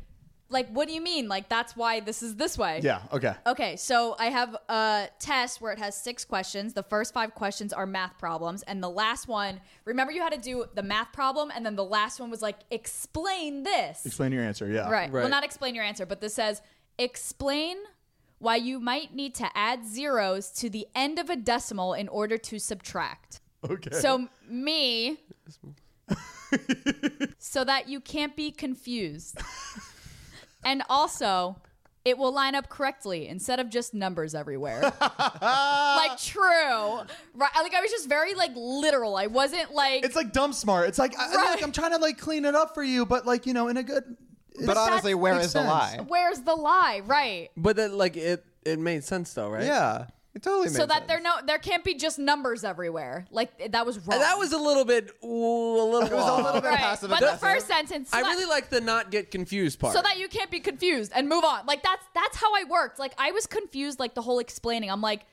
Speaker 5: like, what do you mean? Like, that's why this is this way.
Speaker 4: yeah. Okay.
Speaker 5: Okay, so I have a test where it has six questions. The first five questions are math problems, and the last one, remember you had to do the math problem, and then the last one was like, explain this.
Speaker 4: Explain your answer. Yeah.
Speaker 5: Right.
Speaker 2: Right.
Speaker 5: Well, not explain your answer, but this says explain why you might need to add zeros to the end of a decimal in order to subtract.
Speaker 4: Okay.
Speaker 5: So me. so that you can't be confused. and also, it will line up correctly instead of just numbers everywhere. like true. Right. Like I was just very like literal. I wasn't like
Speaker 4: it's like dumb smart. It's like, I,
Speaker 5: Right.
Speaker 4: like I'm trying to like clean it up for you, but like you know in a good.
Speaker 3: But honestly, where
Speaker 4: makes
Speaker 3: is the
Speaker 4: sense.
Speaker 3: lie?
Speaker 5: where's the lie? Right.
Speaker 2: But then like it it made sense though, right?
Speaker 3: Yeah, it totally.
Speaker 5: so
Speaker 3: made
Speaker 5: that there
Speaker 3: sense.
Speaker 5: no there can't be just numbers everywhere. Like that was wrong.
Speaker 2: And that was a little bit ooh, a little. It
Speaker 3: was a little bit- passive
Speaker 5: But the
Speaker 3: aggressive.
Speaker 5: first sentence.
Speaker 2: I
Speaker 5: so that-
Speaker 2: really like the not get confused part.
Speaker 5: so that you can't be confused and move on. Like that's that's how I worked. Like I was confused. Like the whole explaining. I'm like,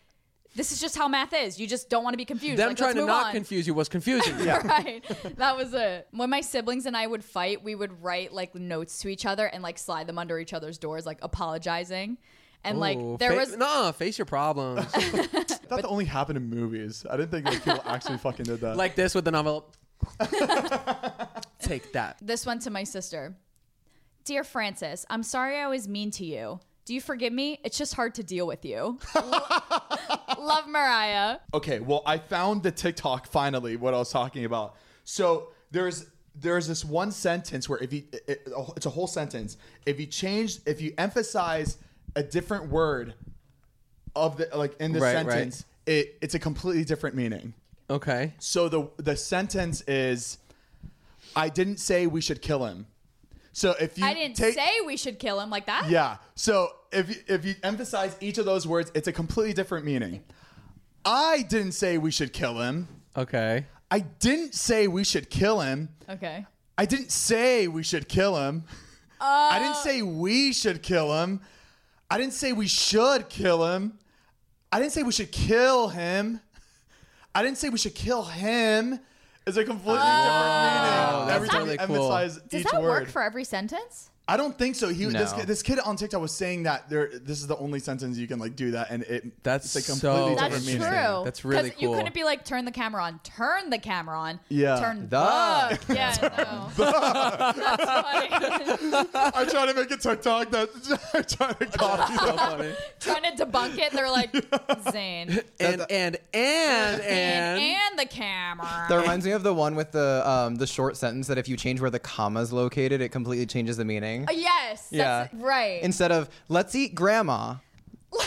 Speaker 5: this is just how math is. You just don't want to be confused.
Speaker 2: them
Speaker 5: like,
Speaker 2: trying
Speaker 5: let's
Speaker 2: to
Speaker 5: move
Speaker 2: not
Speaker 5: on.
Speaker 2: confuse you was confusing. you.
Speaker 5: right. That was it. When my siblings and I would fight, we would write like notes to each other and like slide them under each other's doors, like apologizing. And
Speaker 2: Ooh,
Speaker 5: like there
Speaker 2: fa-
Speaker 5: was
Speaker 2: nah, face your problems
Speaker 4: I thought that only happened in movies. I didn't think like, people actually fucking did that.
Speaker 2: like this with an envelope. Take that.
Speaker 5: this one to my sister. Dear Francis, I'm sorry I was mean to you. Do you forgive me? It's just hard to deal with you. Love Mariah.
Speaker 4: Okay, well, I found the TikTok finally. What I was talking about. So there's there's this one sentence where if you it, it- it's a whole sentence. If you change, if you emphasize a different word of the like in the
Speaker 2: Right, right.
Speaker 4: sentence, it it's a completely different meaning.
Speaker 2: Okay.
Speaker 4: So the the sentence is, I didn't say we should kill him. So if you
Speaker 5: I didn't
Speaker 4: take,
Speaker 5: say we should kill him like that.
Speaker 4: yeah. So if you, if you emphasize each of those words, it's a completely different meaning. I didn't say we should kill him.
Speaker 2: Okay.
Speaker 4: I didn't say we should kill him.
Speaker 5: Okay.
Speaker 4: I didn't say we should kill him. I didn't
Speaker 5: Uh.
Speaker 4: say we should kill him. I didn't say we should kill him. I didn't say we should kill him. I didn't say we should kill him. It's a completely different meaning. Every
Speaker 2: that's
Speaker 4: time
Speaker 2: really
Speaker 4: you
Speaker 2: cool.
Speaker 4: emphasize
Speaker 5: Oh. Does
Speaker 4: each
Speaker 5: that
Speaker 4: word.
Speaker 5: work for every sentence?
Speaker 4: I don't think so. He this,
Speaker 2: No.
Speaker 4: kid- this kid on TikTok was saying that there. This is the only sentence you can like do that, and it
Speaker 2: That's
Speaker 4: it's a
Speaker 2: so
Speaker 4: completely
Speaker 2: That's
Speaker 5: That's
Speaker 4: different
Speaker 5: true.
Speaker 4: meaning.
Speaker 2: interesting. That's really
Speaker 5: 'Cause You
Speaker 2: cool.
Speaker 5: couldn't be like, turn the camera on, turn the camera on.
Speaker 4: Yeah.
Speaker 5: Turn
Speaker 3: The-
Speaker 5: the. Yeah, no. That's funny.
Speaker 4: I try to make a TikTok that I try to copy.
Speaker 2: so funny.
Speaker 5: Trying to debunk it, they're like, Zane. And,
Speaker 2: And and and
Speaker 5: and,
Speaker 2: and
Speaker 5: the camera.
Speaker 3: That reminds me of the one with the um, the short sentence that if you change where the comma's located, it completely changes the meaning.
Speaker 5: Uh, yes.
Speaker 3: Yeah.
Speaker 5: That's right.
Speaker 3: Instead of "Let's eat grandma,"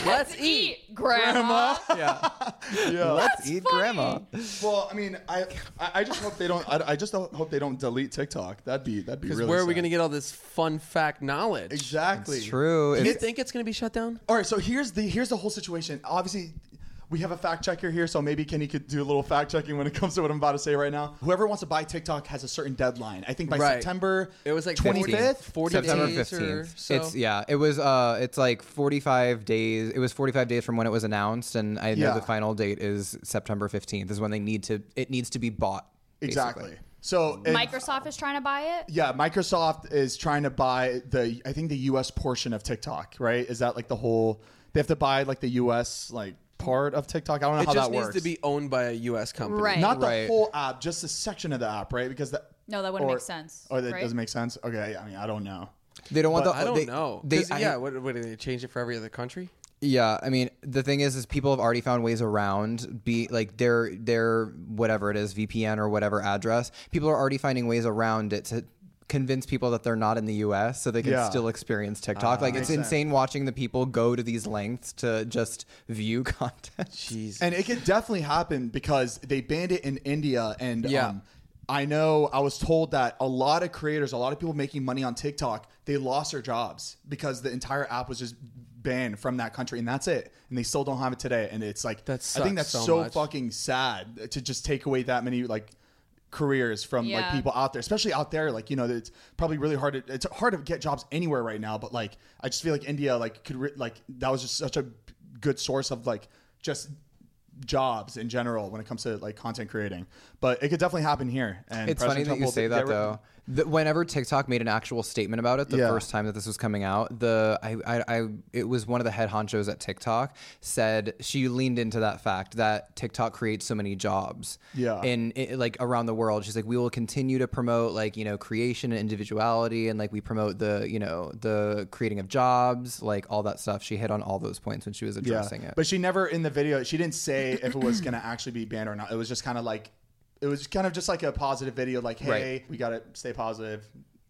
Speaker 5: Let's eat, grandma.
Speaker 3: yeah, let's eat grandma.
Speaker 4: well, I mean, I I I just hope they don't. I, I just don't hope they don't delete TikTok. That'd be that'd be
Speaker 2: because
Speaker 4: really.
Speaker 2: where are we
Speaker 4: sad.
Speaker 2: going to get all this fun fact knowledge?
Speaker 4: exactly?
Speaker 3: It's true.
Speaker 2: Do you
Speaker 3: It's-
Speaker 2: think it's going to be shut down?
Speaker 4: All right, so here's the here's the whole situation. Obviously, we have a fact checker here, so maybe Kenny could do a little fact checking when it comes to what I'm about to say right now. Whoever wants to buy TikTok has a certain deadline. I think by
Speaker 2: Right.
Speaker 4: September,
Speaker 2: It was like
Speaker 4: 25th,
Speaker 2: 40
Speaker 3: September
Speaker 2: days or
Speaker 3: fifteenth.
Speaker 2: so.
Speaker 3: It's yeah. It was uh. It's like forty five days. It was forty five days from when it was announced, and I know
Speaker 4: Yeah.
Speaker 3: the final date is September fifteenth. Is when they need to. It needs to be bought.
Speaker 4: Exactly.
Speaker 3: basically.
Speaker 4: So it-
Speaker 5: Microsoft is trying to buy it.
Speaker 4: Yeah, Microsoft is trying to buy the I think the US portion of TikTok, right? Is that like the whole they have to buy like the US like part of TikTok? I don't know
Speaker 2: It
Speaker 4: how
Speaker 2: just
Speaker 4: that
Speaker 2: needs
Speaker 4: works.
Speaker 2: to be owned by a U.S. company.
Speaker 5: Right.
Speaker 4: not the
Speaker 3: Right.
Speaker 4: whole app, just a section of the app, right? Because that
Speaker 5: No, that wouldn't
Speaker 4: or-
Speaker 5: make sense,
Speaker 4: Oh, that
Speaker 5: right?
Speaker 4: doesn't make sense. Okay, I mean, I don't know.
Speaker 3: They don't want
Speaker 2: But
Speaker 3: the.
Speaker 2: I don't
Speaker 3: they-
Speaker 2: know.
Speaker 3: They,
Speaker 2: 'Cause,
Speaker 3: I-
Speaker 2: yeah, what, what, did they change it for every other country?
Speaker 3: Yeah, I mean the thing is, is people have already found ways around be like their their whatever it is VPN or whatever address. People are already finding ways around it to convince people that they're not in the U.S. so they can
Speaker 4: Yeah.
Speaker 3: still experience TikTok. like it's insane watching the people go to these lengths to just view content.
Speaker 2: Jeez.
Speaker 4: And it could definitely happen because they banned it in India. And
Speaker 2: Yeah.
Speaker 4: um, I know I was told that a lot of creators, a lot of people making money on TikTok, they lost their jobs because the entire app was just banned from that country. And that's it. And they still don't have it today. And it's like,
Speaker 2: That
Speaker 4: I
Speaker 2: sucks
Speaker 4: think that's
Speaker 2: so
Speaker 4: so,
Speaker 2: much.
Speaker 4: fucking sad to just take away that many, like, careers from like
Speaker 5: Yeah.
Speaker 4: people out there especially out there like you know it's probably really hard to, it's hard to get jobs anywhere right now but like i just feel like india like could re- like that was just such a good source of like just jobs in general when it comes to like content creating. But it could definitely happen here. And
Speaker 3: It's funny that
Speaker 4: President Trump
Speaker 3: you
Speaker 4: will
Speaker 3: say
Speaker 4: get
Speaker 3: that
Speaker 4: rid-
Speaker 3: though. The- whenever TikTok made an actual statement about it, the
Speaker 4: Yeah.
Speaker 3: first time that this was coming out, the I, I, I it was one of the head honchos at TikTok said she leaned into that fact that TikTok creates so many jobs.
Speaker 4: Yeah.
Speaker 3: in it, like around the world, she's like, we will continue to promote like you know creation and individuality, and like we promote the you know the creating of jobs, like all that stuff. She hit on all those points when she was
Speaker 4: Yeah.
Speaker 3: addressing it.
Speaker 4: But she never in the video she didn't say if it was gonna actually be banned or not. It was just kind of like it was kind of just like a positive video like hey, we gotta stay positive.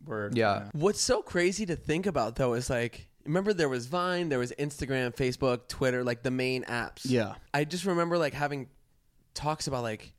Speaker 4: We're
Speaker 3: Yeah.
Speaker 2: What's so crazy to think about though is like remember there was Vine, there was Instagram, Facebook, Twitter, like the main apps.
Speaker 4: Yeah.
Speaker 2: I just remember like having talks about like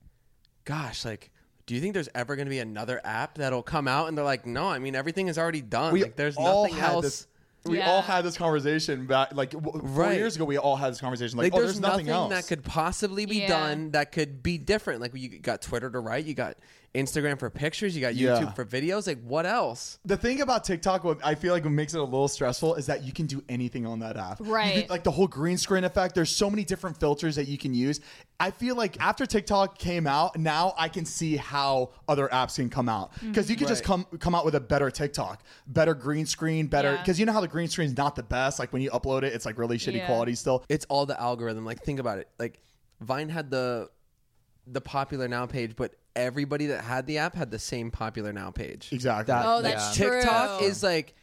Speaker 2: gosh, like do you think there's ever going to be another app that'll come out and they're like no, I mean everything is already done.
Speaker 4: We
Speaker 2: like there's
Speaker 4: all
Speaker 2: nothing
Speaker 4: had
Speaker 2: else.
Speaker 4: this- We
Speaker 5: Yeah.
Speaker 4: all had this conversation back like w- four
Speaker 2: Right.
Speaker 4: years ago. We all had this conversation like,
Speaker 2: Like
Speaker 4: oh,
Speaker 2: there's, nothing,
Speaker 4: else
Speaker 2: that could possibly be
Speaker 5: Yeah.
Speaker 2: done that could be different. Like you got Twitter to write, you got Instagram for pictures, you got
Speaker 4: Yeah.
Speaker 2: YouTube for videos. Like what else?
Speaker 4: The thing about TikTok, what I feel like what makes it a little stressful is that you can do anything on that app. You
Speaker 5: Right.
Speaker 4: could- like the whole green screen effect. There's so many different filters that you can use. I feel like after TikTok came out, now I can see how other apps can come out
Speaker 5: Mm.
Speaker 4: because you could just come come out with a better TikTok, better green screen, better
Speaker 5: Yeah.
Speaker 4: because you know how the green screen's not the best. Like when you upload it, it's like really shitty
Speaker 5: Yeah.
Speaker 4: quality still.
Speaker 2: it's all the algorithm. Like think about it. Like Vine had the the popular now page, but everybody that had the app had the same popular now page.
Speaker 4: Exactly.
Speaker 3: That-
Speaker 5: Oh, that's true.
Speaker 2: TikTok is like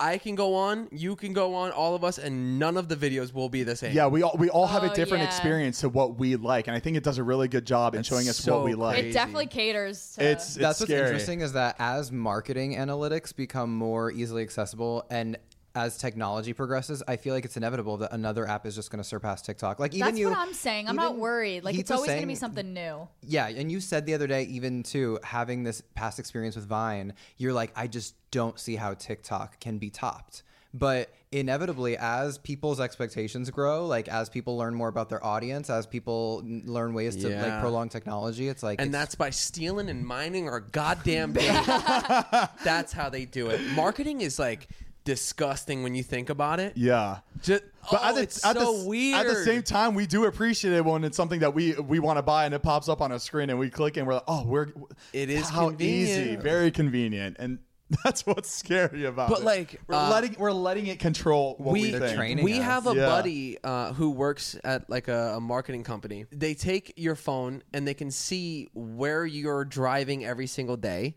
Speaker 2: I can go on, you can go on, all of us, and none of the videos will be the same.
Speaker 4: yeah, we all we all have a
Speaker 5: Oh,
Speaker 4: different
Speaker 5: yeah.
Speaker 4: experience to what we like, and I think it does a really good job in showing us
Speaker 2: so
Speaker 4: what we like.
Speaker 5: It definitely caters to.
Speaker 4: It's, it's
Speaker 3: That's
Speaker 4: scary.
Speaker 3: what's interesting is that as marketing analytics become more easily accessible and as technology progresses, I feel like it's inevitable that another app is just going to surpass TikTok. Like even
Speaker 5: that's
Speaker 3: you,
Speaker 5: what I'm saying. I'm not
Speaker 3: even
Speaker 5: worried. Like
Speaker 3: Heath
Speaker 5: it's
Speaker 3: was
Speaker 5: always going to
Speaker 3: saying-
Speaker 5: be something new.
Speaker 3: Yeah, and you said the other day, even too, having this past experience with Vine, you're like, I just don't see how TikTok can be topped. But inevitably, as people's expectations grow, like as people learn more about their audience, as people n- learn ways to like
Speaker 2: Yeah.
Speaker 3: prolong technology, it's like
Speaker 2: And
Speaker 3: it's-
Speaker 2: that's by stealing and mining our goddamn data. that's how they do it. Marketing is like disgusting when you think about it.
Speaker 4: Yeah.
Speaker 2: Just,
Speaker 4: But
Speaker 2: oh,
Speaker 4: at the,
Speaker 2: it's
Speaker 4: at the-
Speaker 2: so weird.
Speaker 4: At the same time, we do appreciate it when it's something that we we want to buy and it pops up on a screen and we click and we're like, oh, we're
Speaker 2: It is
Speaker 4: how easy,
Speaker 2: convenient.
Speaker 4: very convenient, and that's what's scary about
Speaker 2: But,
Speaker 4: it.
Speaker 2: like,
Speaker 4: we're
Speaker 2: uh,
Speaker 4: letting we're letting it control what we,
Speaker 2: we
Speaker 4: think.
Speaker 3: training
Speaker 2: we
Speaker 3: us.
Speaker 2: have a
Speaker 4: Yeah.
Speaker 2: buddy uh, who works at like a, a marketing company. They take your phone and they can see where you're driving every single day,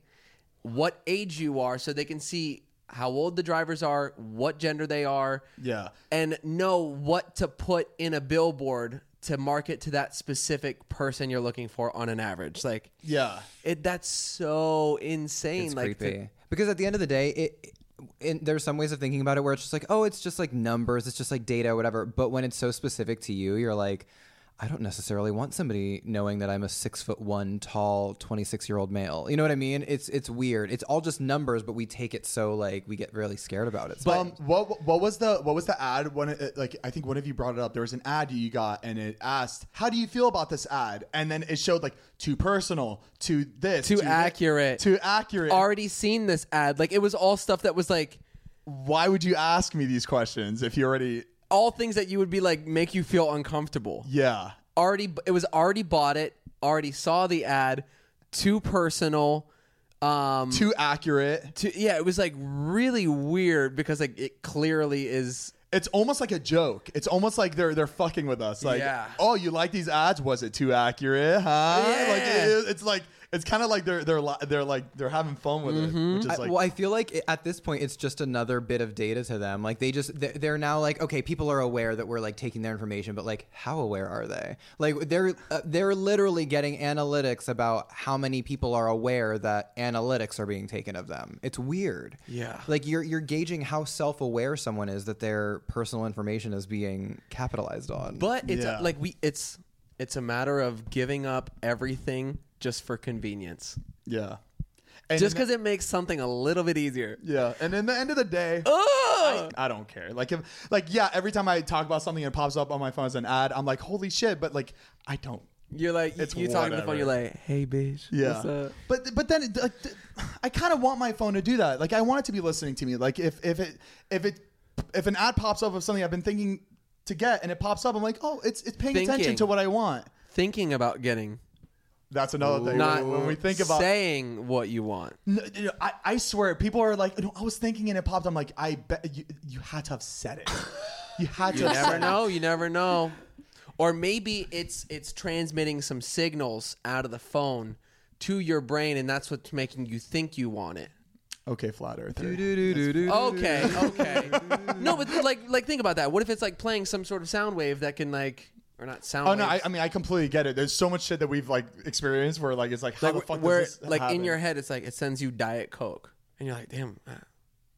Speaker 2: what age you are, so they can see how old the drivers are, what gender they are,
Speaker 4: Yeah.
Speaker 2: and know what to put in a billboard to market to that specific person you're looking for on an average. Like
Speaker 4: Yeah.
Speaker 2: it, that's so insane.
Speaker 3: it's
Speaker 2: like to-
Speaker 3: creepy. because at the end of the day, it. it there's some ways of thinking about it where it's just like, oh, it's just like numbers, it's just like data, whatever. But when it's so specific to you, you're like, I don't necessarily want somebody knowing that I'm a six foot one tall, twenty six year old male. You know what I mean? It's it's weird. It's all just numbers, but we take it so like we get really scared about it.
Speaker 4: Um, what what was the what was the ad? When it, like I think one of you brought it up. There was an ad you got, and it asked, "How do you feel about this ad?" And then it showed like too personal, too this,
Speaker 2: Too
Speaker 4: that,
Speaker 2: accurate.
Speaker 4: too accurate.
Speaker 2: already seen this ad. Like it was all stuff that was like
Speaker 4: Why would you ask me these questions if you already?
Speaker 2: all things that you would be like make you feel uncomfortable.
Speaker 4: Yeah,
Speaker 2: Already, it was already bought it. Already saw the ad. Too personal. Um,
Speaker 4: too accurate.
Speaker 2: too- yeah, it was like really weird because like it clearly is.
Speaker 4: It's almost like a joke. It's almost like they're they're fucking with us. Like,
Speaker 2: Yeah.
Speaker 4: oh, you like these ads? Was it too accurate? Huh? Like it-
Speaker 2: Yeah.
Speaker 4: it's like it's kind of like they're they're li- they're like they're having fun with
Speaker 2: Mm-hmm.
Speaker 4: it, which is
Speaker 3: I-
Speaker 4: like
Speaker 3: well, I feel like i- at this point, it's just another bit of data to them. Like they just they're, they're now like, okay, people are aware that we're like taking their information, but like, how aware are they? Like they're uh, they're literally getting analytics about how many people are aware that analytics are being taken of them. It's weird.
Speaker 2: Yeah.
Speaker 3: like you're you're gauging how self aware someone is that their personal information is being capitalized on.
Speaker 2: But it's
Speaker 4: Yeah.
Speaker 2: like we. It's it's a matter of giving up everything just for convenience.
Speaker 4: yeah. And
Speaker 2: Just
Speaker 4: in
Speaker 2: because it makes something a little bit easier.
Speaker 4: the- yeah, and in the end of the day,
Speaker 2: Ugh!
Speaker 4: I don't care. Like if like yeah, every time I talk about something and it pops up on my phone as an ad, I'm like, holy shit, but like I don't
Speaker 2: You're like
Speaker 4: It's
Speaker 2: you talking to the phone.
Speaker 4: whatever.
Speaker 2: You're like, hey, bitch.
Speaker 4: Yeah.
Speaker 2: What's up?
Speaker 4: But but then like, th- I kind of want my phone to do that. Like I want it to be listening to me. Like if if it if it if an ad pops up of something I've been thinking to get and it pops up, I'm like, oh, it's it's paying attention
Speaker 2: Thinking.
Speaker 4: to what I want.
Speaker 2: Thinking about getting.
Speaker 4: That's another thing.
Speaker 2: not
Speaker 4: Oh, when we think about,
Speaker 2: saying what you want.
Speaker 4: N- n- I, I swear, people are like, no, I was thinking and it popped. I'm like, I bet you, you had to have said it. You had to.
Speaker 2: You
Speaker 4: have
Speaker 2: never
Speaker 4: said
Speaker 2: know. You never know. Or maybe it's it's transmitting some signals out of the phone to your brain, and that's what's making you think you want it.
Speaker 4: It. Okay, flat earther.
Speaker 2: Okay, okay. no, but like like think about that. What if it's like playing some sort of sound wave that can like or not sound?
Speaker 4: Oh no! I,
Speaker 2: waves,
Speaker 4: I mean, I completely get it. There's so much shit that we've like experienced where like it's like how
Speaker 2: like,
Speaker 4: the fuck
Speaker 2: where
Speaker 4: does this
Speaker 2: like
Speaker 4: happen?
Speaker 2: in your head it's like it sends you diet coke, and you're like, damn.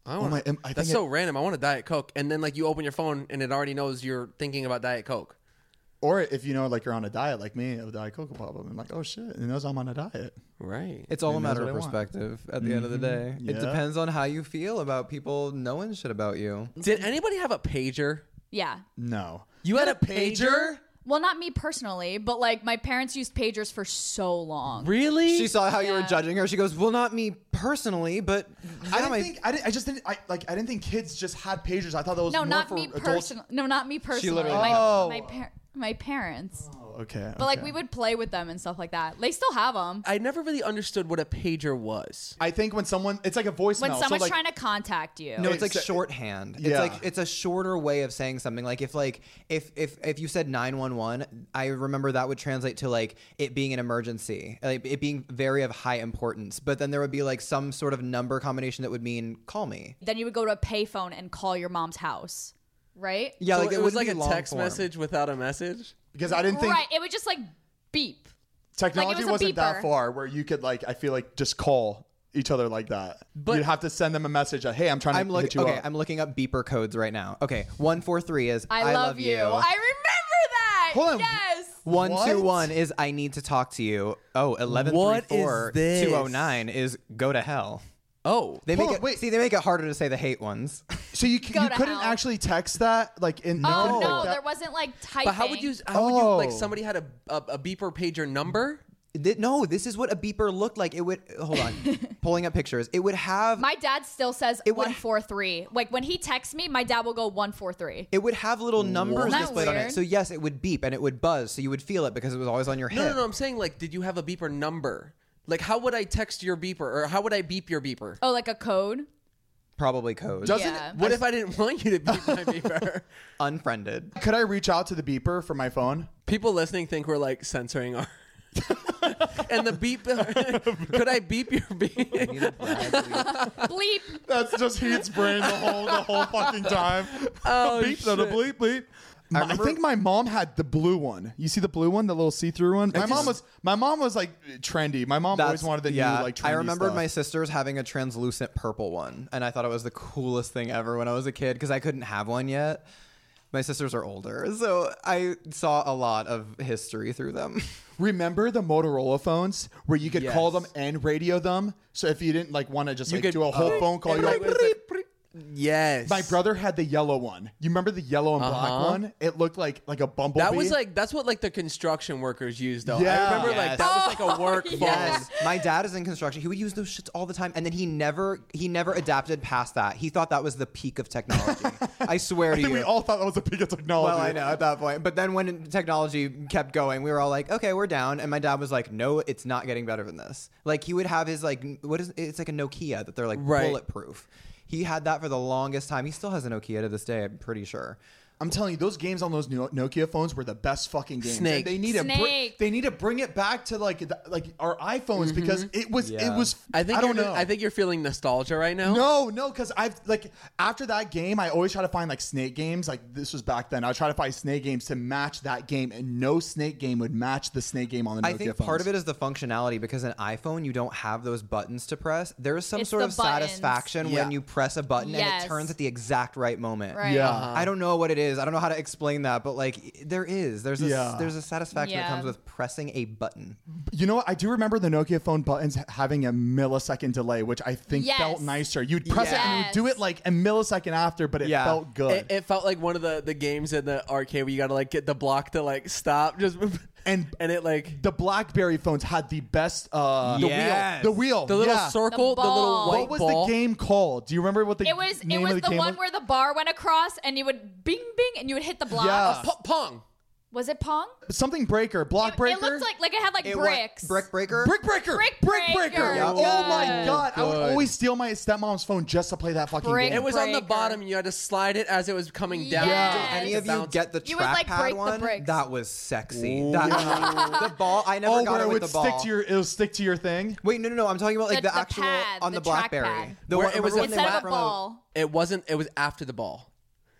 Speaker 2: I want
Speaker 4: Oh, my- am- I
Speaker 2: that's
Speaker 4: think
Speaker 2: so random. I want a diet coke, and then like you open your phone and it already knows you're thinking about diet coke.
Speaker 4: Or if you know, like you're on a diet, like me, of Diet Coca Pop, and like, oh shit, and knows I'm on a diet.
Speaker 2: Right.
Speaker 3: It's all a
Speaker 4: Maybe that's
Speaker 3: matter of
Speaker 4: what I want. Mm-hmm.
Speaker 3: perspective at the end of the day. It
Speaker 4: Yeah.
Speaker 3: depends on how you feel about people knowing shit about you.
Speaker 2: Did anybody have a pager?
Speaker 5: Yeah.
Speaker 4: No.
Speaker 2: You had a pager?
Speaker 5: Well, not me personally, but like my parents used pagers for so long.
Speaker 2: Really?
Speaker 3: She saw how you were judging her. She goes, "Well, not me personally, but
Speaker 4: I
Speaker 3: yeah,
Speaker 4: didn't
Speaker 3: my-
Speaker 4: think I, didn't, I just didn't I like I didn't think kids just had pagers. I thought that was
Speaker 5: No,
Speaker 4: more
Speaker 5: not
Speaker 4: for
Speaker 5: me
Speaker 4: adults.
Speaker 5: personally. No, not me personally.
Speaker 3: literally-
Speaker 5: my,
Speaker 4: Oh.
Speaker 5: my, par- my parents.
Speaker 4: Oh, okay.
Speaker 5: But like we would play with them and stuff like that. They still have them.
Speaker 2: I never really understood what a pager was.
Speaker 4: I think when someone, it's like a voicemail.
Speaker 5: When someone's
Speaker 4: so like,
Speaker 5: trying to contact you.
Speaker 3: no, it's like
Speaker 4: It's-
Speaker 3: shorthand.
Speaker 4: Yeah.
Speaker 3: It's like it's a shorter way of saying something. Like if like if if if you said nine one one, I remember that would translate to like it being an emergency, like it being very of high importance. But then there would be like some sort of number combination that would mean call me.
Speaker 5: Then you would go to a payphone and call your mom's house, right?
Speaker 3: Yeah,
Speaker 2: So
Speaker 3: like it,
Speaker 2: was
Speaker 3: wouldn't
Speaker 2: like
Speaker 3: be
Speaker 2: a
Speaker 3: long
Speaker 2: text
Speaker 3: form.
Speaker 2: message without a message.
Speaker 4: because I didn't think
Speaker 5: Right. It would just like beep.
Speaker 4: technology
Speaker 5: like, it was a
Speaker 4: not that
Speaker 5: beeper.
Speaker 4: far where you could like I feel like just call each other like that.
Speaker 2: But-
Speaker 4: You'd have to send them a message like, hey, I'm trying to
Speaker 3: I'm
Speaker 4: hit
Speaker 3: looking.
Speaker 4: you
Speaker 3: Okay,
Speaker 4: up.
Speaker 3: I'm looking up beeper codes right now. Okay, one four three is
Speaker 5: I, love, you. I remember that.
Speaker 4: Hold on.
Speaker 5: Yes.
Speaker 3: One two
Speaker 4: What?
Speaker 3: one is I need to talk to you. Oh, 1134
Speaker 2: What is this?
Speaker 3: 209 is go to hell.
Speaker 2: Oh,
Speaker 3: They make
Speaker 4: Hold on,
Speaker 3: it,
Speaker 4: wait.
Speaker 3: see they make it harder to say the hate ones.
Speaker 4: So you, c-
Speaker 5: Go
Speaker 4: you
Speaker 5: to
Speaker 4: couldn't
Speaker 5: hell.
Speaker 4: actually text that like in
Speaker 5: Oh
Speaker 4: nothing
Speaker 5: no,
Speaker 4: like that?
Speaker 5: there wasn't like typing.
Speaker 2: but how would you? How would you like?
Speaker 4: Oh.
Speaker 2: Somebody had a a, a beeper pager number.
Speaker 3: Th- no, this is what a beeper looked like. It would hold on, pulling up pictures. It would have
Speaker 5: My dad still says
Speaker 3: It would-
Speaker 5: one four three. Like when he texts me, my dad will go one four three.
Speaker 3: it would have little numbers
Speaker 5: Isn't that
Speaker 3: displayed on it.
Speaker 5: weird?
Speaker 3: So yes, it would beep and it would buzz, so you would feel it because it was always on your
Speaker 2: No,
Speaker 3: hip.
Speaker 2: no, no. I'm saying like, did you have a beeper number? Like, how would I text your beeper, or how would I beep your beeper?
Speaker 5: Oh, like a code.
Speaker 3: Probably code.
Speaker 4: Doesn't
Speaker 5: Yeah.
Speaker 2: What if I didn't want you to beep my beeper?
Speaker 3: Unfriended.
Speaker 4: could I reach out to the beeper for my phone?
Speaker 2: People listening think we're like censoring our. and the beep. could I beep your beep?
Speaker 5: Bleep.
Speaker 4: That's just Heath's brain the whole the whole fucking time.
Speaker 2: Oh,
Speaker 4: beep, da, da,
Speaker 2: shit.
Speaker 4: bleep, bleep. I,
Speaker 3: remember-
Speaker 4: think my mom had the blue one. You see the blue one, the little see-through one. My mom was my mom was like trendy. My mom always wanted the new like trendy
Speaker 3: I remembered
Speaker 4: stuff.
Speaker 3: my sisters having a translucent purple one, and I thought it was the coolest thing ever when I was a kid because I couldn't have one yet. My sisters are older, so I saw a lot of history through them.
Speaker 4: Remember the Motorola phones where you could
Speaker 2: Yes.
Speaker 4: call them and radio them. So if you didn't like want to just
Speaker 2: You
Speaker 4: like
Speaker 2: could-
Speaker 4: do a whole
Speaker 2: oh.
Speaker 4: phone call,
Speaker 2: And
Speaker 4: you're like,
Speaker 2: it was like- yes.
Speaker 4: my brother had the yellow one. You remember the yellow and
Speaker 2: Uh-huh.
Speaker 4: black one? It looked like like a bumblebee.
Speaker 2: That was like that's what like the construction workers used though. I
Speaker 4: Yeah.
Speaker 2: remember like that was like a work phone.
Speaker 3: Yes, my dad is in construction. He would use those shits all the time, and then he never he never adapted past that. He thought that was the peak of technology. I swear to
Speaker 4: I think
Speaker 3: you.
Speaker 4: we all thought that was a peak of technology.
Speaker 3: well, I know at that point, but then when technology kept going, we were all like, "Okay, we're down." And my dad was like, "No, it's not getting better than this." Like he would have his like, n- what is it's like a Nokia that they're like
Speaker 2: Right.
Speaker 3: bulletproof. He had that for the longest time. He still has a Nokia to this day. I'm pretty sure.
Speaker 4: I'm telling you, those games on those new Nokia phones were the best fucking games.
Speaker 2: Snake.
Speaker 4: And They need to br-
Speaker 5: Snake.
Speaker 4: they need to bring it back to like the, like our iPhones because it was
Speaker 3: Yeah.
Speaker 4: it was.
Speaker 2: Mm-hmm. I think
Speaker 4: I don't
Speaker 2: you're-
Speaker 4: know.
Speaker 2: I think you're feeling nostalgia right now.
Speaker 4: no, no, because I've like after that game, I always try to find like snake games. Like this was back then. I try to find snake games to match that game, and no snake game would match the snake game on the Nokia
Speaker 3: I think
Speaker 4: phones.
Speaker 3: part of it is the functionality because an iPhone you don't have those buttons to press. There is some
Speaker 5: It's
Speaker 3: sort
Speaker 5: the
Speaker 3: of
Speaker 5: buttons.
Speaker 3: satisfaction
Speaker 4: Yeah.
Speaker 3: when you press a button and
Speaker 5: Yes.
Speaker 3: it turns at the exact right moment.
Speaker 5: Right.
Speaker 4: Yeah.
Speaker 2: Uh-huh.
Speaker 3: I don't know what it is. I don't know how to explain that, but like there is. There's a,
Speaker 4: Yeah.
Speaker 3: there's a satisfaction that
Speaker 5: Yeah.
Speaker 3: comes with pressing a button.
Speaker 4: You know what? I do remember the Nokia phone buttons having a millisecond delay, which I think
Speaker 5: Yes.
Speaker 4: felt nicer. You'd press it and you'd
Speaker 5: Yes.
Speaker 4: do it like a millisecond after, but it
Speaker 3: Yeah.
Speaker 4: felt good.
Speaker 2: It, it felt like one of the, the games in the arcade where you gotta like get the block to like stop just
Speaker 4: And-
Speaker 2: and it like
Speaker 4: the BlackBerry phones had the best uh
Speaker 3: The wheel. Yes.
Speaker 4: The wheel.
Speaker 2: the little
Speaker 4: yeah.
Speaker 2: circle, the,
Speaker 5: The
Speaker 2: little
Speaker 5: ball.
Speaker 2: white
Speaker 4: What was
Speaker 2: ball.
Speaker 4: the game called? Do you remember what the
Speaker 5: It was it
Speaker 4: name
Speaker 5: was
Speaker 4: of
Speaker 5: the,
Speaker 4: the, game
Speaker 5: one
Speaker 4: was?
Speaker 5: where the bar went across and you would bing bing and you would hit the block. Oh,
Speaker 4: Yeah.
Speaker 2: Po- Pong.
Speaker 5: Was it pong?
Speaker 4: something breaker, block
Speaker 5: It,
Speaker 4: breaker.
Speaker 5: it looked like like it had like
Speaker 3: It wa-
Speaker 5: bricks.
Speaker 3: brick breaker.
Speaker 4: Brick breaker,
Speaker 5: Brick
Speaker 4: breaker!
Speaker 5: Breaker. Yeah.
Speaker 4: Oh my
Speaker 5: Good.
Speaker 4: god! I would
Speaker 2: Good.
Speaker 4: always steal my stepmom's phone just to play that fucking
Speaker 5: Brick-
Speaker 4: game.
Speaker 2: It was on the
Speaker 5: Breaker.
Speaker 2: bottom and you had to slide it as it was coming down.
Speaker 5: Yeah.
Speaker 2: Did
Speaker 3: Any
Speaker 5: Yes.
Speaker 3: of you get the
Speaker 5: You would, like,
Speaker 3: trackpad
Speaker 5: break the
Speaker 3: one?
Speaker 5: bricks.
Speaker 3: that was sexy. That, the ball. I never
Speaker 4: oh,
Speaker 3: got
Speaker 4: where
Speaker 3: it
Speaker 4: it
Speaker 3: with
Speaker 4: would
Speaker 3: the ball.
Speaker 4: stick to your, it'll stick to your thing.
Speaker 3: Wait, no, no, no. I'm talking about like
Speaker 5: The-
Speaker 3: the,
Speaker 5: the
Speaker 3: actual
Speaker 5: pad,
Speaker 3: on the,
Speaker 5: the
Speaker 3: BlackBerry.
Speaker 5: trackpad.
Speaker 3: The
Speaker 2: Where
Speaker 3: one-
Speaker 2: it was
Speaker 3: remember when
Speaker 2: a
Speaker 5: Instead
Speaker 3: they went
Speaker 5: of a
Speaker 3: from
Speaker 5: ball.
Speaker 2: It wasn't it was after the ball.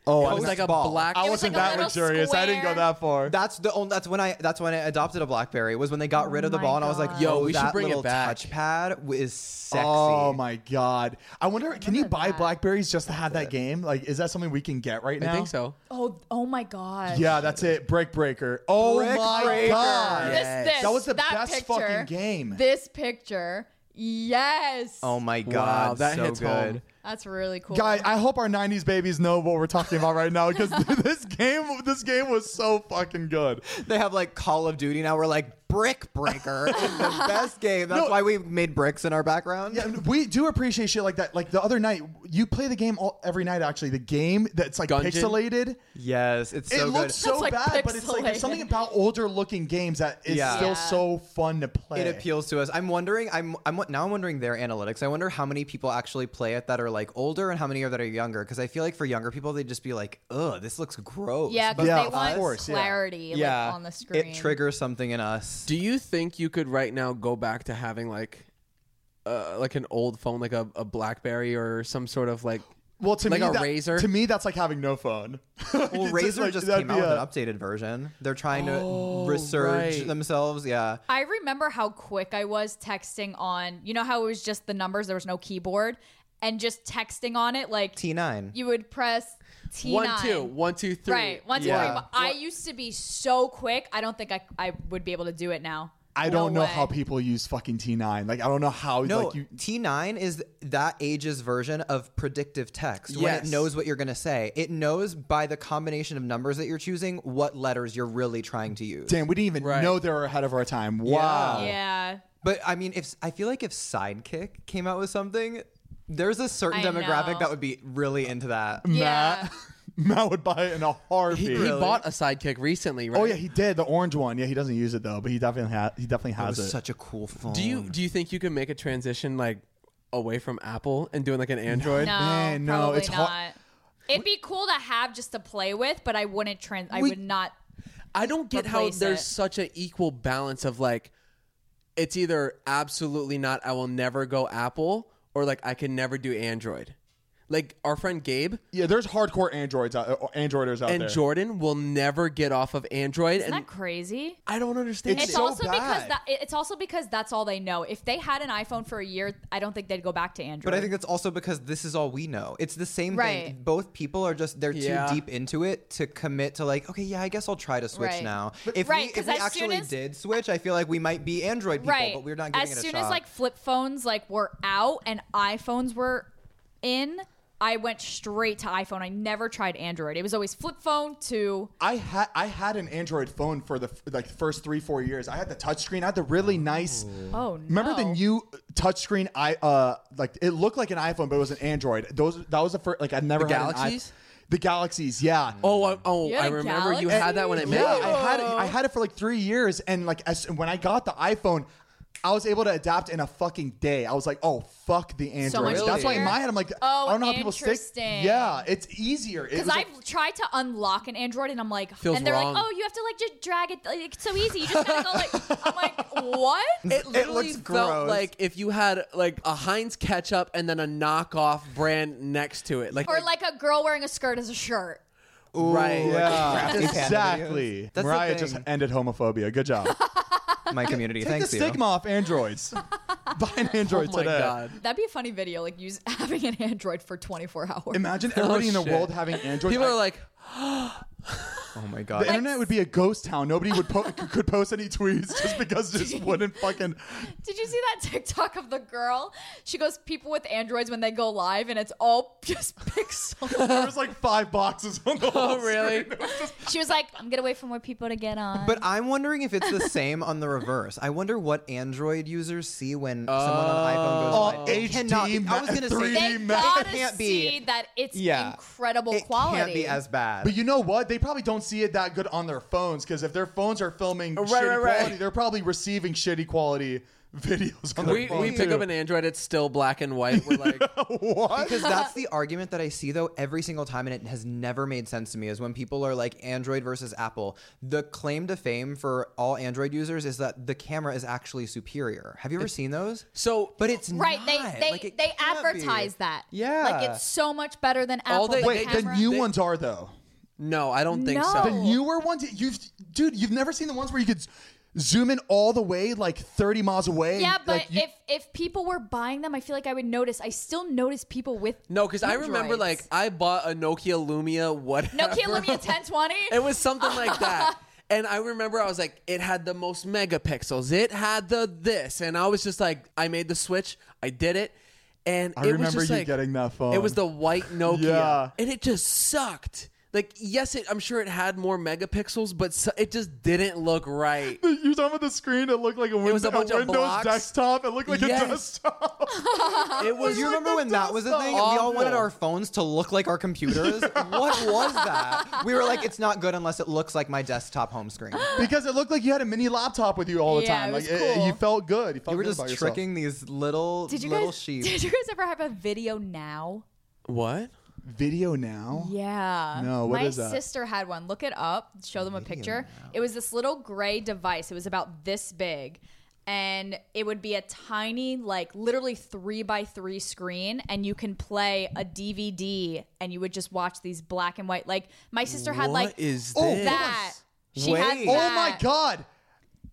Speaker 4: Oh,
Speaker 2: It
Speaker 4: I
Speaker 2: was
Speaker 3: Post
Speaker 2: like a
Speaker 3: ball.
Speaker 2: black
Speaker 4: I
Speaker 5: was
Speaker 4: wasn't
Speaker 5: like a
Speaker 4: that
Speaker 5: little
Speaker 4: luxurious. I didn't go
Speaker 5: square.
Speaker 4: that far.
Speaker 3: That's the only. That's when I. That's when I adopted a BlackBerry. Was when
Speaker 5: Oh
Speaker 3: they got rid of the
Speaker 7: my
Speaker 3: ball, and I was like,
Speaker 7: God.
Speaker 3: "Yo,
Speaker 2: Yo, we should
Speaker 3: that
Speaker 2: bring it
Speaker 3: little
Speaker 2: back.
Speaker 3: touchpad wa- is sexy."
Speaker 4: Oh my god! I wonder, can you
Speaker 7: remember
Speaker 4: buy
Speaker 7: that.
Speaker 4: Blackberries just to have that game? Like, is that something we can get right now?
Speaker 2: I think so.
Speaker 5: Oh oh my god.
Speaker 4: Yeah, that's it. Brick Breaker. Oh
Speaker 3: Brick
Speaker 4: my
Speaker 3: Breaker.
Speaker 4: god!
Speaker 5: This,
Speaker 2: Yes.
Speaker 5: this,
Speaker 4: That was the
Speaker 5: that
Speaker 4: best
Speaker 5: picture,
Speaker 4: fucking game.
Speaker 5: This picture, yes.
Speaker 3: Oh my god!
Speaker 2: Wow, that
Speaker 3: so
Speaker 2: hits
Speaker 3: good.
Speaker 2: home.
Speaker 5: That's really cool.
Speaker 4: Guy, I hope our '90s babies know what we're talking about right now because this game, this game was so fucking good.
Speaker 3: They have like Call of Duty now. We're like Brick Breaker is the best game. That's why we made bricks in our background.
Speaker 4: Yeah, and we do appreciate shit like that. Like the other night, you play the game all, every night. Actually, the game that's like
Speaker 2: Gungeon?
Speaker 4: pixelated.
Speaker 3: Yes, it's
Speaker 4: it
Speaker 3: so good.
Speaker 4: looks so
Speaker 5: That's, like,
Speaker 4: bad, but it's like there's
Speaker 5: pixelated.
Speaker 4: something about older looking games that is
Speaker 3: Yeah.
Speaker 4: still
Speaker 3: Yeah.
Speaker 4: so fun to play.
Speaker 3: it appeals to us. I'm wondering. I'm. I'm now. I'm wondering their analytics. I wonder how many people actually play it that are like older, and how many are that are younger. Because I feel like for younger people, they'd just be like, "Ugh, this looks gross."
Speaker 5: yeah,
Speaker 3: But
Speaker 5: because
Speaker 4: Yeah,
Speaker 5: they
Speaker 4: of
Speaker 5: want
Speaker 4: course, yeah.
Speaker 5: clarity
Speaker 3: yeah,
Speaker 5: like, on the screen.
Speaker 3: it triggers something in us.
Speaker 2: Do you think you could right now go back to having like uh, like an old phone, like a, a BlackBerry or some sort of like
Speaker 4: Well, to
Speaker 2: Like
Speaker 4: me,
Speaker 2: a
Speaker 4: that-
Speaker 2: razor?
Speaker 4: To me, that's like having no phone.
Speaker 3: Well,
Speaker 4: It's
Speaker 3: Razor
Speaker 4: like-
Speaker 3: just
Speaker 4: that'd
Speaker 3: came out
Speaker 4: be
Speaker 3: with
Speaker 4: a- Oh,
Speaker 3: an updated version. They're trying to resurge
Speaker 2: right.
Speaker 3: themselves. Yeah.
Speaker 5: I remember how quick I was texting on. You know how it was just the numbers, there was no keyboard, and just texting on it like
Speaker 3: T9.
Speaker 5: you would press T9.
Speaker 2: one two, one two three.
Speaker 5: Right, one, two, three.
Speaker 3: Yeah.
Speaker 5: I used to be so quick. I don't think I, I would be able to do it now.
Speaker 4: I don't
Speaker 5: No
Speaker 4: know how
Speaker 5: way.
Speaker 4: people use fucking T9. Like I don't know how
Speaker 3: No,
Speaker 4: like you
Speaker 3: T9 is that age's version of predictive text when it
Speaker 2: Yes.
Speaker 3: knows what you're going to say. It knows by the combination of numbers that you're choosing what letters you're really trying to use.
Speaker 4: Damn, we didn't even
Speaker 2: Right.
Speaker 4: know they were ahead of our time. Wow.
Speaker 5: Yeah.
Speaker 3: But I mean, if I feel like if Sidekick came out with something, there's a certain
Speaker 5: I
Speaker 3: demographic
Speaker 5: know.
Speaker 3: that would be really into that.
Speaker 5: Yeah.
Speaker 4: Matt, Matt would buy it in a heartbeat.
Speaker 2: He, he bought a sidekick recently, right?
Speaker 4: oh yeah, he did the orange one. Yeah, he doesn't use it though, but he definitely has. He definitely
Speaker 3: That
Speaker 4: has
Speaker 3: was
Speaker 4: it.
Speaker 3: such a cool phone.
Speaker 2: Do you do you think you could make a transition like away from Apple and doing like an Android?
Speaker 5: No,
Speaker 4: Man, no,
Speaker 5: probably
Speaker 4: it's
Speaker 5: not.
Speaker 4: hard-
Speaker 5: It'd be cool to have just to play with, but I wouldn't trans. I
Speaker 2: We-
Speaker 5: would not.
Speaker 2: I don't get how
Speaker 5: Replace
Speaker 2: there's
Speaker 5: it.
Speaker 2: such an equal balance of like it's either absolutely not I will never go Apple or like I can never do Android. Like our friend Gabe
Speaker 4: yeah, there's hardcore androids out, uh, androiders out
Speaker 2: and
Speaker 4: there.
Speaker 2: Jordan will never get off of Android
Speaker 5: Isn't
Speaker 2: and
Speaker 5: that crazy?
Speaker 2: I don't understand
Speaker 4: It's
Speaker 5: It's
Speaker 2: it.
Speaker 4: so
Speaker 5: also because
Speaker 4: bad.
Speaker 5: that, it's also because that's all they know. If they had an iPhone for a year, I don't think they'd go back to Android.
Speaker 3: But I think that's also because this is all we know. It's the same thing.
Speaker 5: Right.
Speaker 3: Both people are just they're
Speaker 2: Yeah.
Speaker 3: too deep into it to commit to like, okay, yeah, I guess I'll try to switch
Speaker 5: Right.
Speaker 3: now. if
Speaker 5: Right,
Speaker 3: we if
Speaker 5: 'cause
Speaker 3: we
Speaker 5: as soon
Speaker 3: actually
Speaker 5: as-
Speaker 3: did switch, I feel like we might be Android people,
Speaker 5: right.
Speaker 3: but we're not giving
Speaker 5: as
Speaker 3: it a
Speaker 5: soon
Speaker 3: shot.
Speaker 5: as like flip phones like were out and iPhones were in, I went straight to iPhone. I never tried Android. It was always flip phone to
Speaker 4: I had I had an Android phone for the f- like first three four years. I had the touchscreen. I had the really nice.
Speaker 5: oh.
Speaker 4: Remember the
Speaker 5: no.
Speaker 4: new touchscreen? I uh like it looked like an iPhone, but it was an Android. Those that was the first like I never
Speaker 2: The
Speaker 4: had an iP-
Speaker 2: Galaxies?
Speaker 4: the galaxies, yeah.
Speaker 2: Oh, I, oh,
Speaker 5: You're
Speaker 2: I
Speaker 5: the
Speaker 2: remember you
Speaker 5: galaxy.
Speaker 2: had that when I met
Speaker 4: yeah,
Speaker 2: you.
Speaker 4: I had it, I had it for like three years, and like as, when I got the iPhone, I was able to adapt in a fucking day. I was like, oh fuck the Android.
Speaker 5: So much
Speaker 4: That's why in
Speaker 5: easier.
Speaker 4: my head I'm like,
Speaker 5: Oh,
Speaker 4: I don't know how people stick.
Speaker 5: interesting.
Speaker 4: Yeah, it's easier. It was
Speaker 5: Because
Speaker 4: like-
Speaker 5: I've tried to unlock an Android and I'm like,
Speaker 2: Feels
Speaker 5: and they're
Speaker 2: wrong.
Speaker 5: like, oh, you have to like just drag it. Like, it's so easy. You just gotta go like, I'm like, what?
Speaker 2: It literally
Speaker 3: looks
Speaker 2: felt
Speaker 3: gross.
Speaker 2: like if you had like a Heinz ketchup and then a knockoff brand next to it, like
Speaker 5: Or like a girl wearing a skirt as a shirt.
Speaker 2: right, oh
Speaker 4: yeah,
Speaker 3: Crafty Panda
Speaker 4: exactly.
Speaker 3: videos. That's the
Speaker 4: Mariah just
Speaker 3: thing.
Speaker 4: ended homophobia. Good job.
Speaker 3: my community,
Speaker 4: Take the
Speaker 3: thanks you.
Speaker 4: stigma off androids. Buy an
Speaker 2: Oh
Speaker 4: android
Speaker 2: my
Speaker 4: today.
Speaker 2: god,
Speaker 5: That'd be a funny video, like use having an Android for 24 hours.
Speaker 4: Imagine everybody in the
Speaker 2: Oh, shit.
Speaker 4: world having androids.
Speaker 2: people
Speaker 4: I-
Speaker 2: are like,
Speaker 3: Oh my
Speaker 4: the
Speaker 3: god.
Speaker 4: internet would be a ghost town. Nobody would po- could post any tweets just because it just wouldn't fucking.
Speaker 5: Did you see that TikTok of the girl? She goes, people with Androids when they go live, and it's all just pixels.
Speaker 4: There was like five boxes on the whole
Speaker 2: oh really?
Speaker 5: she was like, I'm gonna wait for more people to get on.
Speaker 3: But I'm wondering if it's the same on the reverse. I wonder what Android users see when someone on iPhone goes
Speaker 4: Oh,
Speaker 3: live. It
Speaker 4: HD
Speaker 3: cannot be- I was
Speaker 4: ma-
Speaker 3: gonna
Speaker 4: 3D
Speaker 3: say
Speaker 5: they
Speaker 4: It
Speaker 5: gotta
Speaker 3: can't be-
Speaker 5: see that it's
Speaker 3: Yeah.
Speaker 5: incredible
Speaker 3: it
Speaker 5: quality.
Speaker 3: can't be as bad.
Speaker 4: But you know what? They probably don't see it that good on their phones because if their phones are filming
Speaker 2: Right,
Speaker 4: shitty
Speaker 2: right, right.
Speaker 4: quality, they're probably receiving shitty quality videos on
Speaker 2: we
Speaker 4: their phone.
Speaker 2: we pick up an Android, it's still black and white. We're like,
Speaker 4: what?
Speaker 3: Because that's the argument that I see though every single time, and it has never made sense to me. Is when people are like Android versus Apple. The claim to fame for all Android users is that the camera is actually superior. Have you ever seen those?
Speaker 2: so
Speaker 3: But it's
Speaker 5: Right, they
Speaker 3: not.
Speaker 5: they,
Speaker 3: Like, it
Speaker 5: they
Speaker 3: can't be.
Speaker 5: advertise that.
Speaker 3: Yeah.
Speaker 5: like it's so much better than Apple.
Speaker 2: All they-
Speaker 5: the
Speaker 4: Wait,
Speaker 5: camera.
Speaker 4: the new
Speaker 2: They-
Speaker 4: ones are though.
Speaker 2: no, I don't think
Speaker 5: No.
Speaker 2: so.
Speaker 4: The newer ones, you've dude, you've never seen the ones where you could z- zoom in all the way like 30 miles away.
Speaker 5: Yeah,
Speaker 4: and,
Speaker 5: but
Speaker 4: like, you-
Speaker 5: if if people were buying them, I feel like I would notice. I still notice people with
Speaker 2: No, because I remember
Speaker 5: Androids.
Speaker 2: like I bought a Nokia Lumia whatever.
Speaker 5: Nokia Lumia 1020.
Speaker 2: It was something like that. And I remember I was like, it had the most megapixels. It had the this, and I was just like, I made the switch. I did it, and
Speaker 4: I
Speaker 2: it was
Speaker 4: remember
Speaker 2: just
Speaker 4: you
Speaker 2: like-
Speaker 4: getting that phone.
Speaker 2: It was the white Nokia,
Speaker 4: Yeah.
Speaker 2: and it just sucked. Like, yes, it, I'm sure it had more megapixels, but so, it just didn't look right.
Speaker 4: you're talking about the screen, it looked like a, win-
Speaker 2: was a
Speaker 4: a
Speaker 2: bunch of
Speaker 4: Windows
Speaker 2: blocks.
Speaker 4: desktop. It looked like
Speaker 2: Yes.
Speaker 4: a desktop.
Speaker 2: It was.
Speaker 3: Oh, Do you remember when that was a thing? We all wanted our phones to look like our computers. what was that? We were like, it's not good unless it looks like my desktop home screen.
Speaker 4: because it looked like you had a mini laptop with you all the
Speaker 5: Yeah,
Speaker 4: time.
Speaker 5: it
Speaker 4: Like
Speaker 5: was
Speaker 4: it-
Speaker 5: cool.
Speaker 4: you felt good. You felt
Speaker 3: You were
Speaker 4: good about
Speaker 3: just
Speaker 4: yourself.
Speaker 3: tricking these little
Speaker 5: Did you
Speaker 3: little
Speaker 5: guys?
Speaker 3: sheep.
Speaker 5: Did you guys ever have a video now?
Speaker 2: what?
Speaker 4: video now.
Speaker 5: Yeah.
Speaker 4: No, what
Speaker 5: My
Speaker 4: is that?
Speaker 5: sister had one. Look it up. Show them a picture. It was this little gray device. It was about this big. And it would be a tiny, like literally three by three screen, and you can play a DVD, and you would just watch these black and white. Like my sister had,
Speaker 2: What
Speaker 5: like
Speaker 2: is
Speaker 4: Oh,
Speaker 2: this?
Speaker 5: that. She had
Speaker 3: Wait.
Speaker 5: that.
Speaker 4: Oh my Oh god.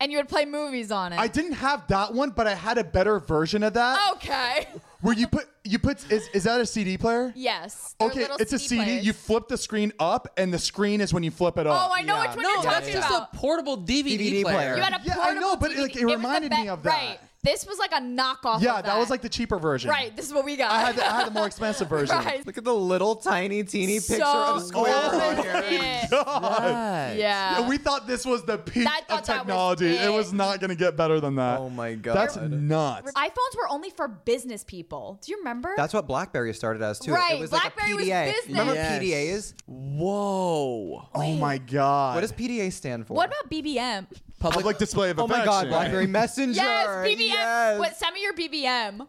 Speaker 5: and you would play movies on it.
Speaker 4: I didn't have that one, but I had a better version of that.
Speaker 5: Oh. okay.
Speaker 4: Where you put you put is, is that a CD player?
Speaker 5: Yes. They're
Speaker 4: Okay,
Speaker 5: little
Speaker 4: it's a CD.
Speaker 5: players.
Speaker 4: You flip the screen up, and the screen is when you flip it up.
Speaker 5: Oh, I know which one you're
Speaker 2: No, that's
Speaker 5: talking
Speaker 2: just a
Speaker 5: about.
Speaker 2: portable DVD,
Speaker 3: DVD player.
Speaker 5: You had a
Speaker 4: Yeah, I
Speaker 5: portable
Speaker 4: know, but,
Speaker 5: DVD.
Speaker 4: like, it
Speaker 5: was the
Speaker 4: reminded
Speaker 5: be-
Speaker 4: me of that.
Speaker 5: Right. This was like a knockoff.
Speaker 4: Yeah,
Speaker 5: of
Speaker 4: that was like the cheaper version.
Speaker 5: Right. This is what we got.
Speaker 4: I had the, I had the more expensive version.
Speaker 5: right.
Speaker 3: Look at the little tiny teeny
Speaker 5: So
Speaker 3: picture of Square
Speaker 5: close.
Speaker 3: on here.
Speaker 5: Yeah.
Speaker 2: Right.
Speaker 5: Yeah.
Speaker 4: Yeah, we thought this was the peak
Speaker 5: Uh, That-
Speaker 4: of
Speaker 5: that- that was
Speaker 4: technology. it
Speaker 5: it.
Speaker 4: was not going to get better than that.
Speaker 3: Oh my
Speaker 4: That's
Speaker 3: God.
Speaker 4: nuts.
Speaker 5: iPhones were only for business people. Do you remember?
Speaker 3: That's what BlackBerry started as too.
Speaker 5: Right,
Speaker 3: It was
Speaker 5: BlackBerry
Speaker 3: like
Speaker 5: was
Speaker 3: a PDA.
Speaker 5: business.
Speaker 3: Remember
Speaker 2: Yes.
Speaker 3: PDAs?
Speaker 2: Whoa.
Speaker 4: oh my god.
Speaker 3: What does PDA stand for?
Speaker 5: what about BBM?
Speaker 4: public, display of
Speaker 3: Oh my God,
Speaker 4: affection.
Speaker 3: BlackBerry Messenger.
Speaker 5: Yes, BBM.
Speaker 3: Yes.
Speaker 5: What? Send me your BBM. Me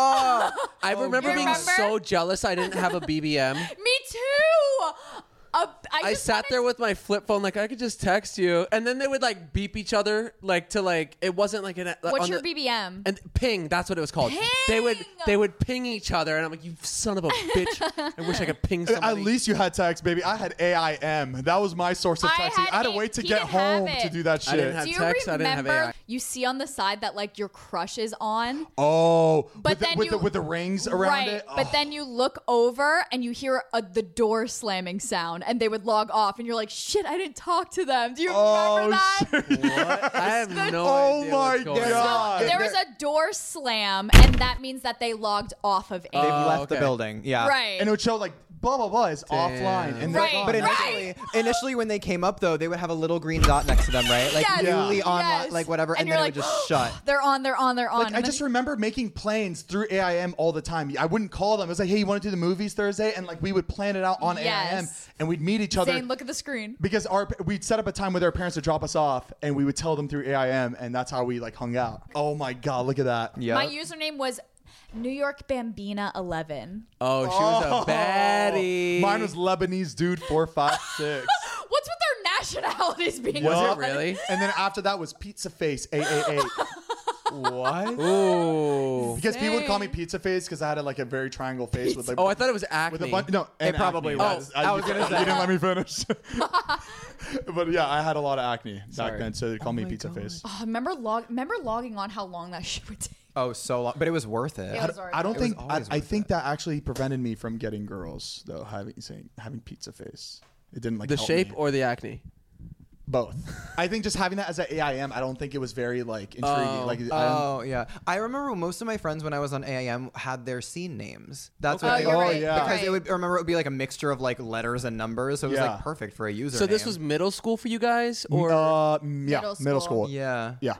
Speaker 2: I remember
Speaker 5: You
Speaker 2: being
Speaker 5: remember?
Speaker 2: so jealous I didn't have a BBM.
Speaker 5: too. A- I,
Speaker 2: I
Speaker 5: just
Speaker 2: sat
Speaker 5: wanted-
Speaker 2: there with my flip phone, like I could just text you, and then they would like beep each other, like to like it wasn't like an. Like,
Speaker 5: What's
Speaker 2: on
Speaker 5: your
Speaker 2: the-
Speaker 5: BBM?
Speaker 2: And ping, that's what it was called. They would
Speaker 5: Ping!
Speaker 2: they would ping each other, and I'm like, you son of a bitch! I wish I could ping
Speaker 4: At
Speaker 2: somebody.
Speaker 4: least you had text, baby. I had AIM. That was my source of
Speaker 5: I
Speaker 4: texting. I
Speaker 5: had
Speaker 4: had, to
Speaker 5: it.
Speaker 4: wait to
Speaker 5: He
Speaker 4: get
Speaker 5: didn't have
Speaker 4: home
Speaker 5: it.
Speaker 4: to do that
Speaker 2: I
Speaker 4: shit.
Speaker 2: didn't have-
Speaker 5: Do you
Speaker 2: text, I
Speaker 5: remember?
Speaker 2: didn't have AI.
Speaker 5: You see on the side that like your crush is on,
Speaker 4: oh,
Speaker 5: but
Speaker 4: with, the,
Speaker 5: then
Speaker 4: with,
Speaker 5: you
Speaker 4: the, with the rings around
Speaker 5: right,
Speaker 4: it. Oh.
Speaker 5: But then you look over and you hear a, the door slamming sound, and they would log off, and you're like, "Shit, I didn't talk to them." Do you remember that?
Speaker 2: What? I have no
Speaker 4: Oh
Speaker 2: idea.
Speaker 4: my
Speaker 2: what's going on.
Speaker 4: God.
Speaker 5: There was a door slam, and that means that they logged off of it.
Speaker 4: Uh,
Speaker 3: They've left the
Speaker 2: okay.
Speaker 3: building. Yeah.
Speaker 5: right.
Speaker 4: and it would show like blah blah blah is offline, and they're
Speaker 5: Right.
Speaker 4: gone.
Speaker 3: But
Speaker 5: Right.
Speaker 3: initially, initially when they came up though, they would have a little green dot next to them, right? Like
Speaker 5: Yes,
Speaker 3: newly
Speaker 5: yes.
Speaker 3: online, like whatever, and,
Speaker 5: you're
Speaker 3: then
Speaker 5: like,
Speaker 3: it would just shut.
Speaker 5: They're on. They're on. They're on.
Speaker 4: Like, I just remember making plans through AIM all the time. I wouldn't call them. I was like, hey, you want to do the movies Thursday? And like we would plan it out on
Speaker 5: Yes.
Speaker 4: AIM and we'd meet each other.
Speaker 5: saying, "Look at the screen."
Speaker 4: because our we'd set up a time with our parents to drop us off and we would tell them through AIM and that's how we like hung out. Oh my god, look at that.
Speaker 3: Yeah.
Speaker 5: My username was New York Bambina Eleven.
Speaker 2: Oh, she was a baddie.
Speaker 4: Mine was Lebanese dude 456.
Speaker 5: What's with their nationalities being?
Speaker 4: Was
Speaker 5: so
Speaker 4: it
Speaker 5: funny?
Speaker 2: really?
Speaker 4: and then after that was Pizza Face 888.
Speaker 3: what?
Speaker 2: Ooh.
Speaker 4: Because people would call me Pizza Face because I had a, like a very triangle face with like
Speaker 2: Oh, I thought it was acne.
Speaker 4: with a bunch. No, it
Speaker 3: probably was.
Speaker 4: I, was gonna say you didn't let me finish. but yeah, I had a lot of acne back then, so they called me Pizza Face.
Speaker 5: Oh, remember log. Remember logging on how long that shit would take.
Speaker 3: Oh, so long, but it was worth it.
Speaker 5: It was worth
Speaker 4: I don't think I,
Speaker 3: always
Speaker 4: I
Speaker 3: worth
Speaker 4: think that actually prevented me from getting girls though having saying having Pizza Face. It didn't like
Speaker 2: the
Speaker 4: help
Speaker 2: shape
Speaker 4: me.
Speaker 2: or the acne?
Speaker 4: both. I think just having that as an AIM, I don't think it was very like intriguing. like I don't-
Speaker 3: Oh yeah, I remember most of my friends when I was on AIM had their scene names. That's what
Speaker 5: Oh,
Speaker 3: they
Speaker 5: you're
Speaker 3: were-
Speaker 5: right,
Speaker 4: you're
Speaker 3: because
Speaker 5: right.
Speaker 3: it would remember it would be like a mixture of like letters and numbers, so it was
Speaker 4: Yeah.
Speaker 3: like perfect for a user.
Speaker 2: So this was middle school for you guys, or
Speaker 4: uh, mm, yeah, middle
Speaker 5: Middle
Speaker 4: school.
Speaker 5: school.
Speaker 3: yeah.
Speaker 4: yeah.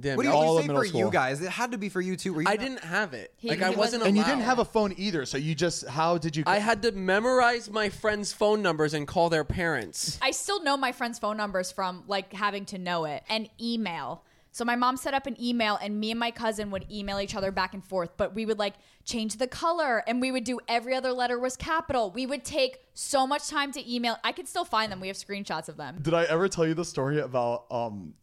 Speaker 2: damn,
Speaker 3: What do you
Speaker 4: All
Speaker 3: all
Speaker 4: of
Speaker 3: say
Speaker 4: middle
Speaker 3: for
Speaker 4: school.
Speaker 3: you guys? It had to be for you too. Were you
Speaker 2: I
Speaker 3: not-
Speaker 2: didn't have it.
Speaker 5: He-
Speaker 2: like
Speaker 5: he
Speaker 2: I
Speaker 5: wasn't-
Speaker 2: wasn't.
Speaker 4: And you
Speaker 2: allowed.
Speaker 4: didn't have a phone either, so you just how did you?
Speaker 2: I had to memorize my friends' phone numbers and call their parents.
Speaker 5: I still know my friends' phone numbers from like having to know it and email. So my mom set up an email and me and my cousin would email each other back and forth, but we would like change the color and we would do every other letter was capital. We would take so much time to email. I can still find them. We have screenshots of them.
Speaker 4: Did I ever tell you the story about um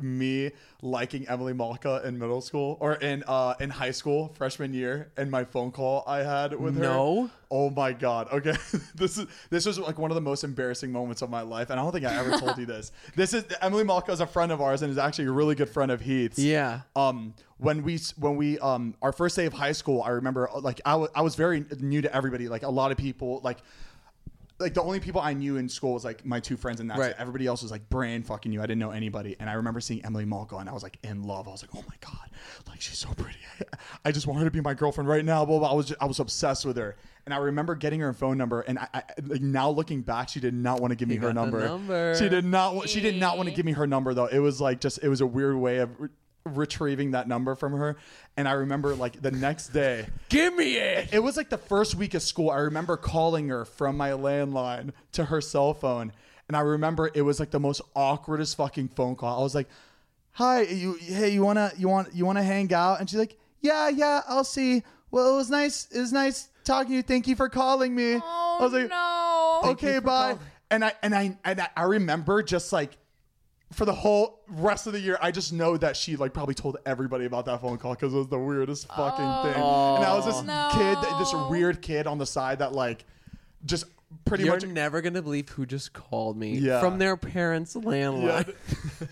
Speaker 4: me liking Emily Malka in middle school or in uh in high school freshman year and my phone call I had with her?
Speaker 2: No.
Speaker 4: Oh my god. Okay. this is this was like one of the most embarrassing moments of my life and I don't think I ever told you this. This is Emily Malka is a friend of ours and is actually a really good friend of Heath's.
Speaker 2: Yeah.
Speaker 4: Um when we s- when we um our first day of high school, I remember uh, like I wa- I was very new to everybody. Like a lot of people like like the only people I knew in school was like my two friends and that's
Speaker 2: Right.
Speaker 4: it. Everybody else was like brand fucking new. I didn't know anybody. And I remember seeing Emily Malko and I was like in love. I was like, oh my God, like she's so pretty. I just want her to be my girlfriend right now. Blah, blah. I was just, I was obsessed with her. And I remember getting her phone number and I, I like now looking back, she did not want to give me her
Speaker 2: got the
Speaker 4: number.
Speaker 2: number.
Speaker 4: She did not want she did not want to give me her number though. It was like just it was a weird way of re- retrieving that number from her. And I remember like the next day
Speaker 2: Give me it.
Speaker 4: it was like the first week of school. I remember calling her from my landline to her cell phone, and I remember it was like the most awkwardest fucking phone call. I was like, "Hi, you hey, you wanna you want you wanna hang out?" And she's like, "Yeah, yeah, I'll see. Well, it was nice. It was nice talking to you. Thank you for calling me."
Speaker 5: Oh
Speaker 4: I was like,
Speaker 5: no.
Speaker 4: okay, bye. And I and I and I- I remember just like for the whole rest of the year, I just know that she like probably told everybody about that phone call because it was the weirdest fucking thing. And I was this kid, this weird kid on the side that like just pretty
Speaker 2: You're
Speaker 4: much
Speaker 2: never gonna believe who just called me
Speaker 4: Yeah.
Speaker 2: from their parents' landline.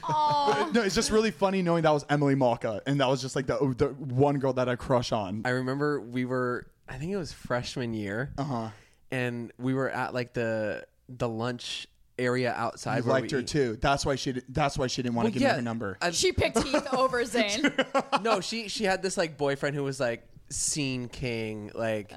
Speaker 5: Oh,
Speaker 4: no, it's just really funny knowing that was Emily Malka, and that was just like the, oh, the one girl that I crush on.
Speaker 2: I remember we were, I think it was freshman year,
Speaker 4: Uh-huh.
Speaker 2: and we were at like the the lunch area outside.
Speaker 4: I
Speaker 2: where
Speaker 4: liked
Speaker 2: we
Speaker 4: her
Speaker 2: eat.
Speaker 4: too. That's why she. Did, that's why she didn't want
Speaker 2: Well,
Speaker 4: to give
Speaker 2: yeah,
Speaker 4: me her number.
Speaker 2: I-
Speaker 5: she picked Heath over Zane.
Speaker 2: no, she she had this like boyfriend who was like scene king. Like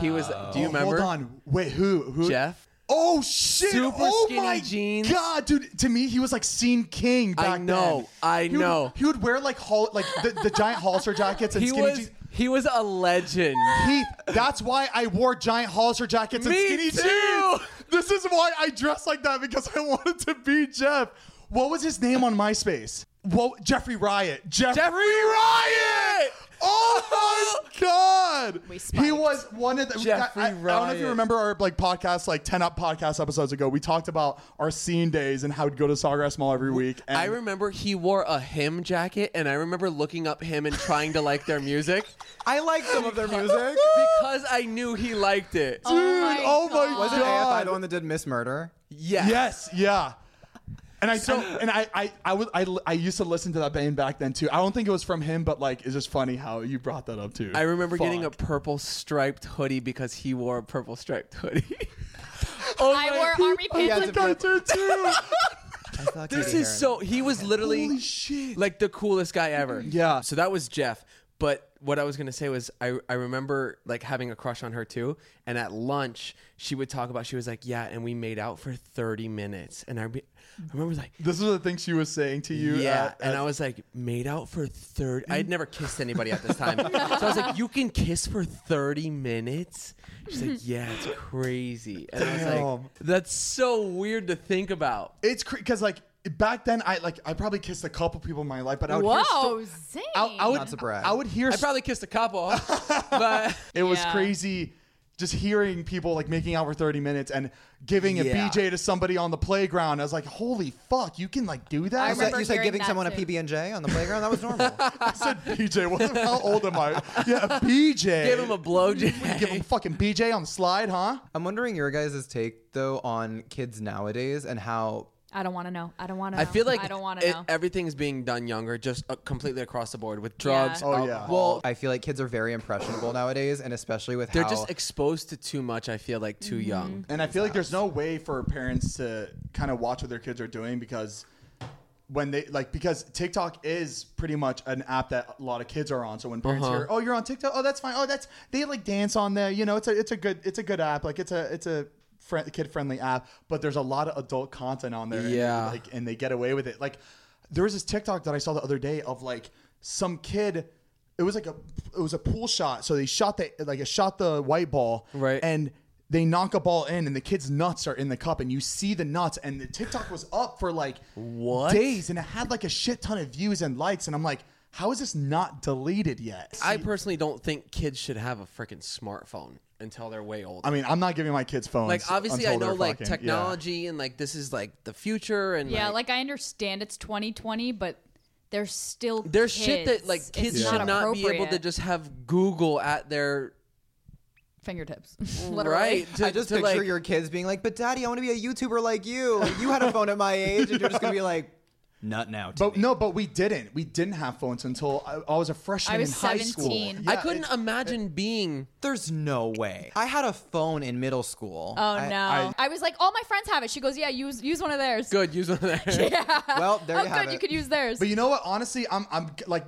Speaker 2: he was. Do you
Speaker 4: Oh,
Speaker 2: remember
Speaker 4: Hold on. Wait, who? Who?
Speaker 2: Jeff?
Speaker 4: Oh shit!
Speaker 2: Super
Speaker 4: oh
Speaker 2: skinny
Speaker 4: my
Speaker 2: jeans.
Speaker 4: God, dude. To me, he was like scene king. Back
Speaker 2: I know,
Speaker 4: then.
Speaker 2: I
Speaker 4: He would-
Speaker 2: know.
Speaker 4: he would wear like hol- like the, the giant halter jackets and
Speaker 2: He
Speaker 4: skinny
Speaker 2: was
Speaker 4: jeans.
Speaker 2: he was a legend.
Speaker 4: Heath, that's why I wore giant halter jackets
Speaker 2: Me
Speaker 4: and skinny
Speaker 2: too!
Speaker 4: jeans. This is why I dressed like that because I wanted to be Jeff. What was his name on MySpace? What Jeffrey Riot? Jeff-
Speaker 2: Jeffrey Riot!
Speaker 4: Oh my God!
Speaker 5: We spiked.
Speaker 4: he was one of the.
Speaker 2: Jeffrey
Speaker 4: I, I don't know if
Speaker 2: Riot.
Speaker 4: you remember our like podcast, like ten up podcast episodes ago. We talked about our scene days and how we'd go to Sawgrass Mall every week. And
Speaker 2: I remember he wore a him jacket, and I remember looking up him and trying to like their music
Speaker 3: I like some of their music.
Speaker 2: because I knew he liked it.
Speaker 4: Dude, oh my God!
Speaker 3: Was it AFI the one that did Miss Murder?
Speaker 2: Yes.
Speaker 4: Yes, yeah. And I so, and I I I, would, I I used to listen to that band back then too. I don't think it was from him, but like it's just funny how you brought that up too.
Speaker 2: I remember getting a
Speaker 4: Fuck.
Speaker 2: purple striped hoodie because he wore a purple striped hoodie. Oh
Speaker 5: I wore army pants
Speaker 3: Oh, yeah,
Speaker 5: with
Speaker 3: it's a bit-
Speaker 4: Dude, too.
Speaker 3: I saw
Speaker 2: This
Speaker 3: Katie
Speaker 2: is
Speaker 3: Heron.
Speaker 2: so. He was literally
Speaker 4: Holy shit.
Speaker 2: like the coolest guy ever.
Speaker 4: Yeah.
Speaker 2: So that was Jeff. But what I was gonna say was I I remember like having a crush on her too. And at lunch, she would talk about she was like yeah, and we made out for thirty minutes. And I, be, I remember like
Speaker 4: This is the thing she was saying to you.
Speaker 2: yeah,
Speaker 4: at-
Speaker 2: and
Speaker 4: at-
Speaker 2: I was like made out for thirty. I had never kissed anybody at this time, so I was like, you can kiss for thirty minutes. She's like, yeah, it's crazy. And I was
Speaker 4: Damn.
Speaker 2: like, that's so weird to think about.
Speaker 4: it's because like back then I like I probably kissed a couple people in my life, but I would hear
Speaker 5: Whoa,
Speaker 4: sto-
Speaker 5: Zane.
Speaker 4: I, I would
Speaker 3: Not to brag.
Speaker 4: I would hear
Speaker 2: I probably kissed a couple, but
Speaker 4: It was
Speaker 5: Yeah.
Speaker 4: crazy just hearing people like making out for 30 minutes and giving
Speaker 2: Yeah.
Speaker 4: a BJ to somebody on the playground. I was like, holy fuck, you can like do that?
Speaker 5: I
Speaker 4: I,
Speaker 3: You said-
Speaker 5: remember
Speaker 3: you said
Speaker 5: hearing
Speaker 3: giving
Speaker 5: that
Speaker 3: someone
Speaker 5: too.
Speaker 3: a PB and J on the playground. That was normal.
Speaker 4: said BJ. What the, how old am I? Yeah, a BJ.
Speaker 2: gave him a blow.
Speaker 4: Give him a fucking BJ on the slide, huh?
Speaker 3: I'm wondering your guys' take though on kids nowadays and how
Speaker 5: I don't want to know. I don't want to.
Speaker 2: I feel like
Speaker 5: I don't want to
Speaker 2: it-
Speaker 5: know.
Speaker 2: everything's being done younger, just uh, completely across the board with drugs.
Speaker 5: Yeah.
Speaker 4: Oh,
Speaker 2: al-
Speaker 4: yeah.
Speaker 2: Well,
Speaker 3: I feel like kids are very impressionable nowadays, and especially with
Speaker 2: they're
Speaker 3: how
Speaker 2: just exposed to too much. I feel like too young.
Speaker 5: Mm-hmm.
Speaker 4: And I feel like there's no way for parents to kind of watch what their kids are doing because when they like because TikTok is pretty much an app that a lot of kids are on. So when parents
Speaker 2: Uh-huh.
Speaker 4: hear, "Oh, you're on TikTok. Oh, that's fine. Oh, that's they like dance on there. You know, it's a it's a good it's a good app. Like it's a it's a friend, kid friendly app. But there's a lot of adult content on there. and they,
Speaker 2: Yeah.
Speaker 4: like and they get away with it. Like there was this TikTok that I saw the other day of like some kid. It was like a it was a pool shot. So they shot the like it shot the white ball.
Speaker 2: Right.
Speaker 4: And they knock a ball in and the kid's nuts are in the cup and you see the nuts and the TikTok was up for like
Speaker 2: What?
Speaker 4: days and it had like a shit ton of views and likes and I'm like, how is this not deleted yet?
Speaker 2: I personally don't think kids should have a freaking smartphone until they're way older.
Speaker 4: I mean, I'm not giving my kids phones.
Speaker 2: like obviously, I
Speaker 4: until
Speaker 2: know
Speaker 4: they're
Speaker 2: like
Speaker 4: fucking- yeah.
Speaker 2: technology and like this is like the future and
Speaker 5: yeah, like I understand it's 2020, but there's still
Speaker 2: there's
Speaker 5: kids.
Speaker 2: shit that like
Speaker 5: It's
Speaker 2: kids should not be able to
Speaker 5: appropriate.
Speaker 2: just have Google at their
Speaker 5: fingertips.
Speaker 2: right. To,
Speaker 3: I just
Speaker 2: to,
Speaker 3: picture
Speaker 2: like,
Speaker 3: your kids being like, "But daddy, I want to be a YouTuber like you. You had a phone at my age, and you're just gonna be like, not now."
Speaker 4: But no, but we didn't. We didn't have phones until I, I was a freshman
Speaker 5: I was
Speaker 4: in high school.
Speaker 5: 17.
Speaker 2: I
Speaker 4: Yeah,
Speaker 2: couldn't
Speaker 4: it's-
Speaker 2: imagine being
Speaker 3: there's no way. I had a phone in middle school.
Speaker 5: Oh
Speaker 3: I-
Speaker 5: no! I, was like, all my friends have it. She goes, yeah, use use one of theirs.
Speaker 2: good. Use one of that.
Speaker 3: Well, there
Speaker 5: oh,
Speaker 3: you
Speaker 5: good,
Speaker 3: have it.
Speaker 5: you could use theirs.
Speaker 4: But you know what? Honestly, I'm I'm like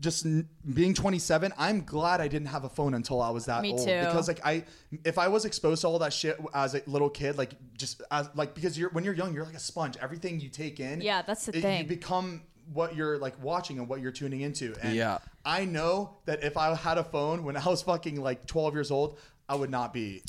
Speaker 4: just n- being 27. I'm glad I didn't have a phone until I was that
Speaker 5: Me
Speaker 4: old
Speaker 5: too.
Speaker 4: because like I if I was exposed to all that shit as a little kid, like just as like because you're when you're young, you're like a sponge. Everything you take in,
Speaker 5: Yeah, that's the
Speaker 4: it-
Speaker 5: thing.
Speaker 4: You become what you're like watching and what you're tuning into. And
Speaker 2: Yeah.
Speaker 4: I know that if I had a phone when I was fucking like 12 years old, I would not be.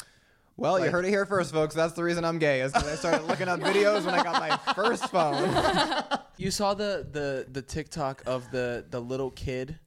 Speaker 3: Well, you heard it here first, folks. That's the reason I'm gay. Is 'cause I started looking up videos when I got my first phone.
Speaker 2: You saw the the the TikTok of the the little kid,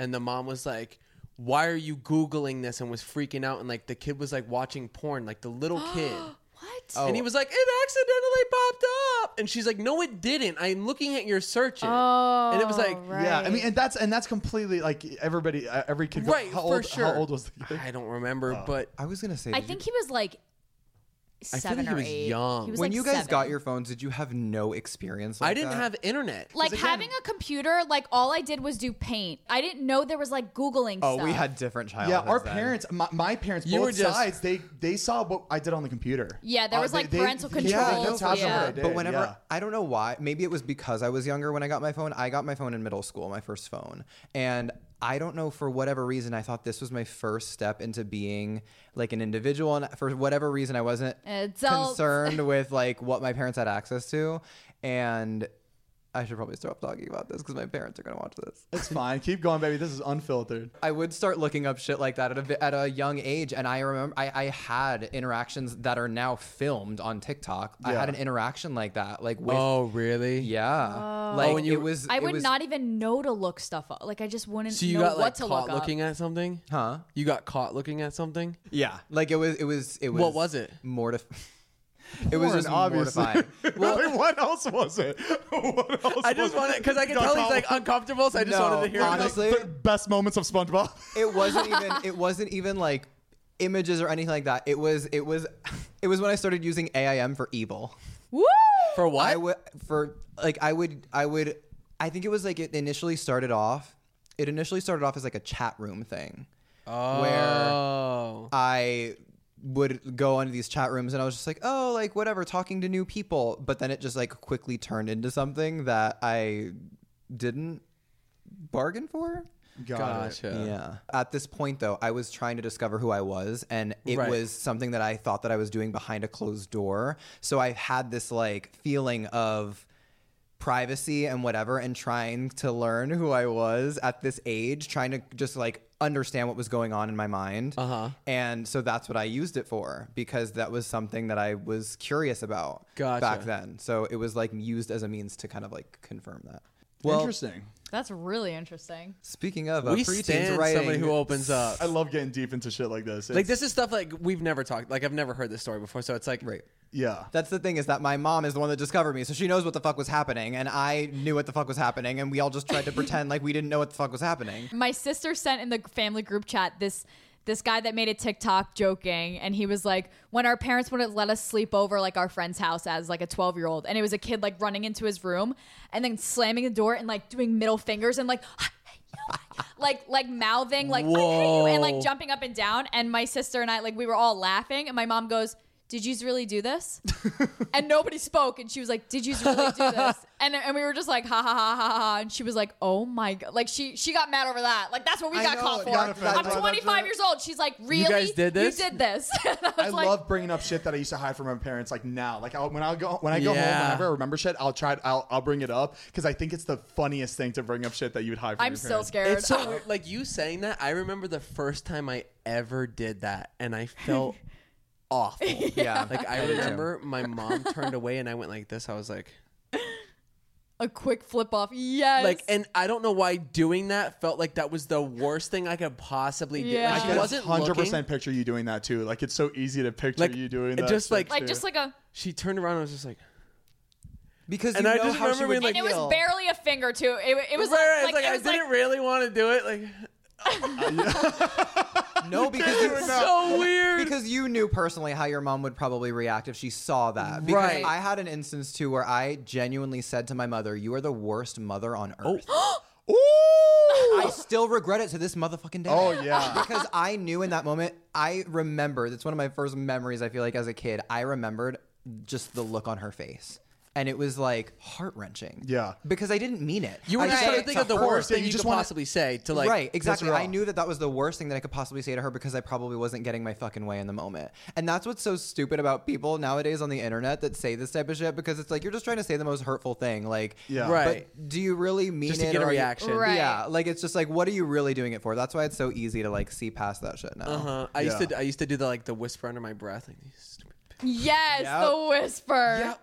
Speaker 2: and the mom was like, "Why are you googling this?" and was freaking out, and like the kid was like watching porn, like the little kid.
Speaker 5: what?
Speaker 3: Oh.
Speaker 2: And he was like, "It accidentally popped up," and she's like, "No, it didn't. I'm looking at your searches."
Speaker 5: Oh,
Speaker 2: and it was like,
Speaker 5: right.
Speaker 4: Yeah, I mean, and that's and that's completely like everybody, uh, every kid.
Speaker 2: "Right,
Speaker 4: how
Speaker 2: for
Speaker 4: old,
Speaker 2: sure."
Speaker 4: How old was the kid?
Speaker 2: I don't remember, but
Speaker 3: I was gonna say,
Speaker 5: I
Speaker 3: did you-
Speaker 5: think he was like seven
Speaker 2: like he
Speaker 5: or
Speaker 2: was
Speaker 5: eight.
Speaker 2: young.
Speaker 5: He was
Speaker 3: when
Speaker 5: like
Speaker 3: you guys
Speaker 5: seven.
Speaker 3: got your phones, did you have no experience? Like
Speaker 2: I didn't
Speaker 3: that?
Speaker 2: have internet.
Speaker 5: like having a computer, like all I did was do paint. I didn't know there was like Googling
Speaker 3: Oh,
Speaker 5: stuff.
Speaker 3: we had different
Speaker 4: yeah,
Speaker 3: childhoods.
Speaker 4: our
Speaker 3: then.
Speaker 4: parents, my, my parents,
Speaker 2: You
Speaker 4: both
Speaker 2: were just-
Speaker 4: sides, they they saw what I did on the computer. Uh,
Speaker 5: Yeah, there was, like, parental
Speaker 4: Yeah,
Speaker 5: control.
Speaker 4: that's how
Speaker 5: Yeah.
Speaker 4: I did,
Speaker 3: But whenever
Speaker 4: yeah.
Speaker 3: I don't know why, maybe it was because I was younger when I got my phone. I got my phone in middle school, my first phone, and I don't know for whatever reason I thought this was my first step into being like an individual, and for whatever reason I wasn't
Speaker 5: Adults.
Speaker 3: concerned with like what my parents had access to, and I should probably stop talking about this because my parents are gonna watch this.
Speaker 4: It's fine. Keep going, baby. This is unfiltered.
Speaker 3: I would start looking up shit like that at a, vi- at a young age, and I remember I, I had interactions that are now filmed on TikTok. I
Speaker 4: Yeah.
Speaker 3: had an interaction like that, like with
Speaker 2: oh really?
Speaker 3: yeah, like
Speaker 2: when you-
Speaker 3: it was.
Speaker 5: Oh. I
Speaker 3: it
Speaker 5: would
Speaker 3: was-
Speaker 5: not even know to look stuff up. Like I just wouldn't
Speaker 2: So you
Speaker 5: know
Speaker 2: got
Speaker 5: what
Speaker 2: like
Speaker 5: to
Speaker 2: caught
Speaker 5: look up.
Speaker 2: looking at something?
Speaker 3: huh?
Speaker 2: You got caught looking at something?
Speaker 3: Yeah, like it was. It was. It was.
Speaker 2: What was it?
Speaker 3: Mortif. it was just mortifying.
Speaker 4: Well, what else was it? What else
Speaker 2: I just
Speaker 4: was
Speaker 2: wanted because I can tell he's like uncomfortable, so I just
Speaker 3: No,
Speaker 2: wanted to hear.
Speaker 4: Like,
Speaker 2: him.
Speaker 3: honestly-
Speaker 4: the best moments of SpongeBob.
Speaker 3: it wasn't even. It wasn't even like images or anything like that. It was. It was. It was when I started using AIM for evil.
Speaker 5: Woo!
Speaker 2: for what?
Speaker 3: I would for like I would I would I think it was like it initially started off. It initially started off as like a chat room thing, where
Speaker 2: oh,
Speaker 3: I would go into these chat rooms and I was just like, oh, like whatever, talking to new people. But then it just like quickly turned into something that I didn't bargain for.
Speaker 2: gotcha.
Speaker 3: Yeah. At this point, though, I was trying to discover who I was, and it
Speaker 2: Right.
Speaker 3: was something that I thought that I was doing behind a closed door. So I had this like feeling of privacy and whatever, and trying to learn who I was at this age, trying to just like understand what was going on in my mind. Uh
Speaker 2: Uh-huh.
Speaker 3: huh. And so that's what I used it for because that was something that I was curious about
Speaker 2: Gotcha.
Speaker 3: back then. So it was like used as a means to kind of like confirm that. Well,
Speaker 4: Interesting.
Speaker 5: That's really interesting.
Speaker 3: speaking of uh,
Speaker 2: We
Speaker 3: preteens
Speaker 2: stand
Speaker 3: writing,
Speaker 2: somebody who opens up.
Speaker 4: I love getting deep into shit like this.
Speaker 2: Like
Speaker 4: It's-
Speaker 2: this is stuff like we've never talked. Like I've never heard this story before, so it's like
Speaker 3: Right.
Speaker 4: Yeah.
Speaker 3: That's the thing is that my mom is the one that discovered me, so she knows what the fuck was happening, and I knew what the fuck was happening, and we all just tried to pretend like we didn't know what the fuck was happening.
Speaker 5: My sister sent in the family group chat this this guy that made a TikTok joking, and he was like, "When our parents wouldn't let us sleep over like our friend's house as like a twelve year old," and it was a kid like running into his room and then slamming the door and like doing middle fingers and like. Like like mouthing like I hate you," and
Speaker 2: Whoa.
Speaker 5: like jumping up and down and my sister and I like we were all laughing and my mom goes did you really do this and nobody spoke and she was like did you really do this and, and we were just like ha ha ha ha ha, ha and she was like oh my god like she she got mad over that like that's what we
Speaker 3: I
Speaker 5: got
Speaker 3: know,
Speaker 5: called for
Speaker 3: not a fact.
Speaker 5: i'm 25 years old she's like really
Speaker 2: guys did this?"
Speaker 5: you did this And I was
Speaker 4: I
Speaker 5: like,
Speaker 4: love bringing up shit that I used to hide from my parents. Like now, like I, when I go when I go
Speaker 2: Yeah.
Speaker 4: home, whenever I remember shit, I'll try. I'll I'll bring it up because I think it's the funniest thing to bring up shit that you would hide. from
Speaker 5: i'm
Speaker 4: your
Speaker 5: still
Speaker 4: parents.
Speaker 5: scared
Speaker 2: It's so weird. Like you saying that, I remember the first time I ever did that, and I felt awful.
Speaker 3: Yeah.
Speaker 2: Like I
Speaker 3: do too.
Speaker 2: remember my mom turned away, and I went like this. I was like,
Speaker 5: a quick flip off yes
Speaker 2: like, and I don't know why doing that felt like that was the worst thing I could possibly do.
Speaker 5: Yeah.
Speaker 4: I
Speaker 2: Like, she
Speaker 4: can
Speaker 2: wasn't
Speaker 4: hundred percent
Speaker 2: looking.
Speaker 4: picture you doing that too. Like it's so easy to picture
Speaker 2: Like,
Speaker 4: you doing
Speaker 2: it
Speaker 4: that.
Speaker 2: just,
Speaker 4: shit,
Speaker 2: like-
Speaker 5: like
Speaker 4: too.
Speaker 5: just like a
Speaker 2: She turned around. and I was just like,
Speaker 3: Because
Speaker 2: And
Speaker 3: you
Speaker 2: I
Speaker 3: know
Speaker 2: just
Speaker 3: how she
Speaker 2: remember
Speaker 3: would
Speaker 5: and
Speaker 2: being
Speaker 5: it was
Speaker 3: feel.
Speaker 5: barely a finger too it, it was
Speaker 2: right, right.
Speaker 5: like,
Speaker 2: It's like,
Speaker 5: it
Speaker 2: I
Speaker 5: was like-
Speaker 2: didn't really want to do it. Like,
Speaker 3: no because you
Speaker 2: so weird.
Speaker 3: Because you knew personally how your mom would probably react if she saw that. Because
Speaker 2: Right.
Speaker 3: I had an instance too where I genuinely said to my mother, "You are the worst mother on
Speaker 2: Oh.
Speaker 3: earth." I still regret it to this motherfucking day.
Speaker 4: Oh, yeah.
Speaker 3: because I knew in that moment. I remember. That's one of my first memories. I feel like as a kid, I remembered just the look on her face, and it was like heart wrenching.
Speaker 4: Yeah.
Speaker 3: because I didn't mean it.
Speaker 2: you were
Speaker 3: I
Speaker 2: just
Speaker 3: said
Speaker 2: trying
Speaker 3: it
Speaker 2: to think of the
Speaker 3: her.
Speaker 2: worst
Speaker 4: that
Speaker 2: thing
Speaker 4: you
Speaker 2: you
Speaker 4: just
Speaker 2: could
Speaker 4: wanna-
Speaker 2: possibly say to like.
Speaker 3: right, exactly.
Speaker 4: wrong.
Speaker 3: I knew that that was the worst thing that I could possibly say to her because I probably wasn't getting my fucking way in the moment. And that's what's so stupid about people nowadays on the internet that say this type of shit because it's like you're just trying to say the most hurtful thing. Like,
Speaker 4: Yeah.
Speaker 2: Right.
Speaker 3: But do you really mean
Speaker 2: Just
Speaker 3: it?
Speaker 2: to get a
Speaker 3: or are you-
Speaker 2: reaction.
Speaker 5: Right.
Speaker 3: Yeah. Like it's just like, what are you really doing it for? That's why it's so easy to like see past that shit now.
Speaker 2: Uh, I used
Speaker 4: Yeah.
Speaker 2: to I used to do the like the whisper under my breath. Like, "You stupid bitch."
Speaker 5: yes the whisper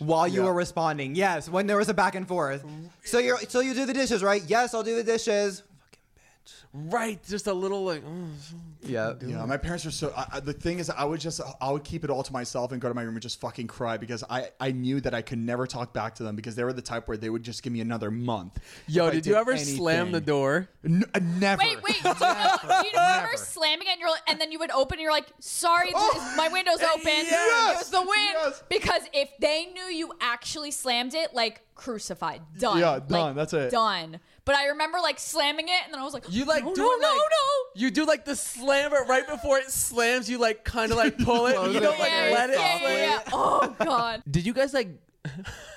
Speaker 3: While you
Speaker 4: Yeah.
Speaker 3: were responding, yes, when there was a back and forth. So you're so you do the dishes, right? Yes, I'll do the dishes.
Speaker 2: right, just a little like. mm,
Speaker 3: Yeah.
Speaker 4: Yeah, my parents were so. I, I, the thing is, I would just, I would keep it all to myself and go to my room and just fucking cry because I, I knew that I could never talk back to them because they were the type where they would just give me another month.
Speaker 2: Yo,
Speaker 4: if I
Speaker 2: did you ever
Speaker 4: anything.
Speaker 2: slam the door?
Speaker 4: N- uh, never.
Speaker 5: Wait, wait. Do you, know, do you remember slamming it and, you're, like- and then you would open and you're like, sorry, th- my window's open.
Speaker 4: Oh, eh, yes,
Speaker 5: it was the wind.
Speaker 4: yes.
Speaker 5: Because if they knew you actually slammed it, like crucified, done.
Speaker 4: Yeah,
Speaker 5: Like,
Speaker 4: done, that's it.
Speaker 5: Done. But I remember like slamming it and then I was like,
Speaker 2: You like
Speaker 5: no,
Speaker 2: do
Speaker 5: no,
Speaker 2: it
Speaker 5: no,
Speaker 2: like-
Speaker 5: no.
Speaker 2: You do like the slam, but right before it slams, you like kind of like pull it.
Speaker 4: Close
Speaker 2: you
Speaker 4: it,
Speaker 2: don't like
Speaker 5: yeah,
Speaker 2: let it.
Speaker 5: yeah, yeah,
Speaker 2: slam.
Speaker 5: yeah. Oh god.
Speaker 2: Did you guys like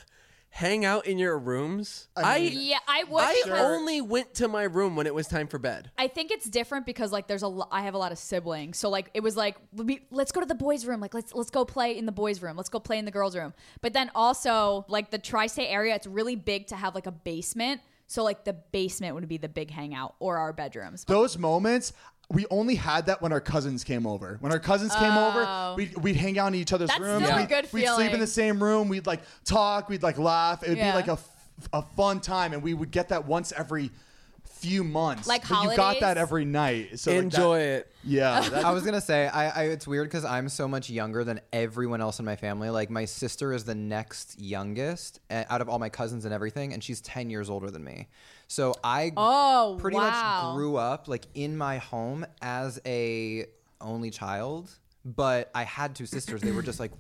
Speaker 2: hang out in your rooms? I
Speaker 5: Yeah, I would.
Speaker 2: I
Speaker 5: because-
Speaker 2: only went to my room when it was time for bed.
Speaker 5: I think it's different because like there's a lo- I have a lot of siblings, so like it was like we, let's go to the boys' room, like let's let's go play in the boys' room, let's go play in the girls' room. But then also like the tri-state area, it's really big to have like a basement, so like the basement would be the big hangout or our bedrooms.
Speaker 4: Those moments. We only had that when our cousins came over. When our cousins came over, we'd, we'd hang out in each other's
Speaker 5: Oh. That's
Speaker 4: rooms.
Speaker 5: still a
Speaker 4: we'd,
Speaker 5: good
Speaker 4: we'd sleep in
Speaker 5: feeling.
Speaker 4: the same room. We'd like talk. We'd like laugh. It would
Speaker 5: Yeah.
Speaker 4: be like a, f- a fun time, and we would get that once every few months.
Speaker 5: Like
Speaker 4: but you got
Speaker 5: holidays?
Speaker 4: that every night. So like, that-
Speaker 2: Enjoy it.
Speaker 4: Yeah, that-
Speaker 3: I was gonna say, I, I it's weird because I'm so much younger than everyone else in my family. Like my sister is the next youngest uh, out of all my cousins and everything, and she's ten years older than me. So I
Speaker 5: Oh,
Speaker 3: pretty
Speaker 5: wow.
Speaker 3: much grew up like in my home as a only child, but I had two sisters. They were just like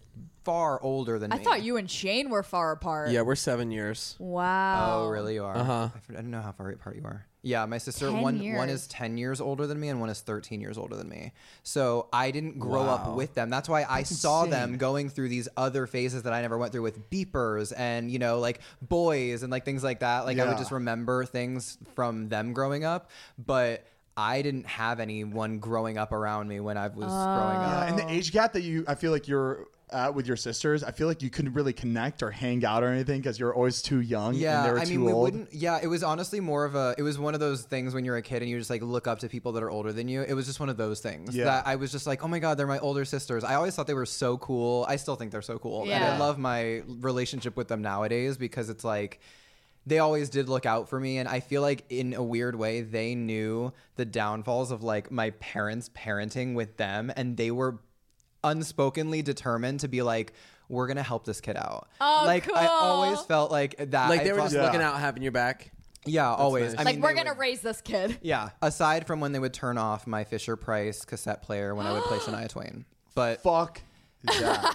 Speaker 3: far older than
Speaker 5: I
Speaker 3: me.
Speaker 5: thought you and Shane were far apart.
Speaker 2: Yeah, we're seven years.
Speaker 5: Wow.
Speaker 3: Oh, really? You are. Uh-huh. I, for- I don't know how far apart you are. Yeah, my sister
Speaker 5: 10
Speaker 3: one one
Speaker 5: years.
Speaker 3: is ten years older than me, and one is thirteen years older than me. So I didn't grow up with them. That's why I saw them going through these other phases that I never went through with beepers and you know like boys and like things like that. Like I
Speaker 4: Yeah.
Speaker 3: would just remember things from them growing up, but. I didn't have anyone growing up around me when I was growing
Speaker 4: Yeah,
Speaker 3: up.
Speaker 4: and the
Speaker 5: Oh.
Speaker 4: age gap that you, I feel like you're at with your sisters, I feel like you couldn't really connect or hang out or anything because you're always too young. and they were
Speaker 3: I
Speaker 4: too
Speaker 3: mean, we
Speaker 4: old.
Speaker 3: wouldn't. Yeah, it was honestly more of a. It was one of those things when you're a kid and you just like look up to people that are older than you. It was just one of those things
Speaker 4: Yeah.
Speaker 3: that I was just like, oh my god, they're my older sisters. I always thought they were so cool. I still think they're so cool, and
Speaker 5: Yeah.
Speaker 3: I love my relationship with them nowadays because it's like. They always did look out for me, and I feel like in a weird way they knew the downfalls of like my parents parenting with them, and they were unspokenly determined to be like, "We're gonna help this kid out."
Speaker 5: Oh,
Speaker 3: like I
Speaker 5: cool.
Speaker 3: always felt like that.
Speaker 2: Like
Speaker 3: I
Speaker 2: they were
Speaker 3: felt-
Speaker 2: just looking out, having your back.
Speaker 3: yeah, always.
Speaker 2: nice.
Speaker 3: I
Speaker 5: like
Speaker 3: mean,
Speaker 5: we're
Speaker 3: they
Speaker 5: gonna
Speaker 3: would-
Speaker 5: raise this kid.
Speaker 3: yeah. Aside from when they would turn off my Fisher Price cassette player when I would play Shania Twain, but
Speaker 4: Fuck. Yeah.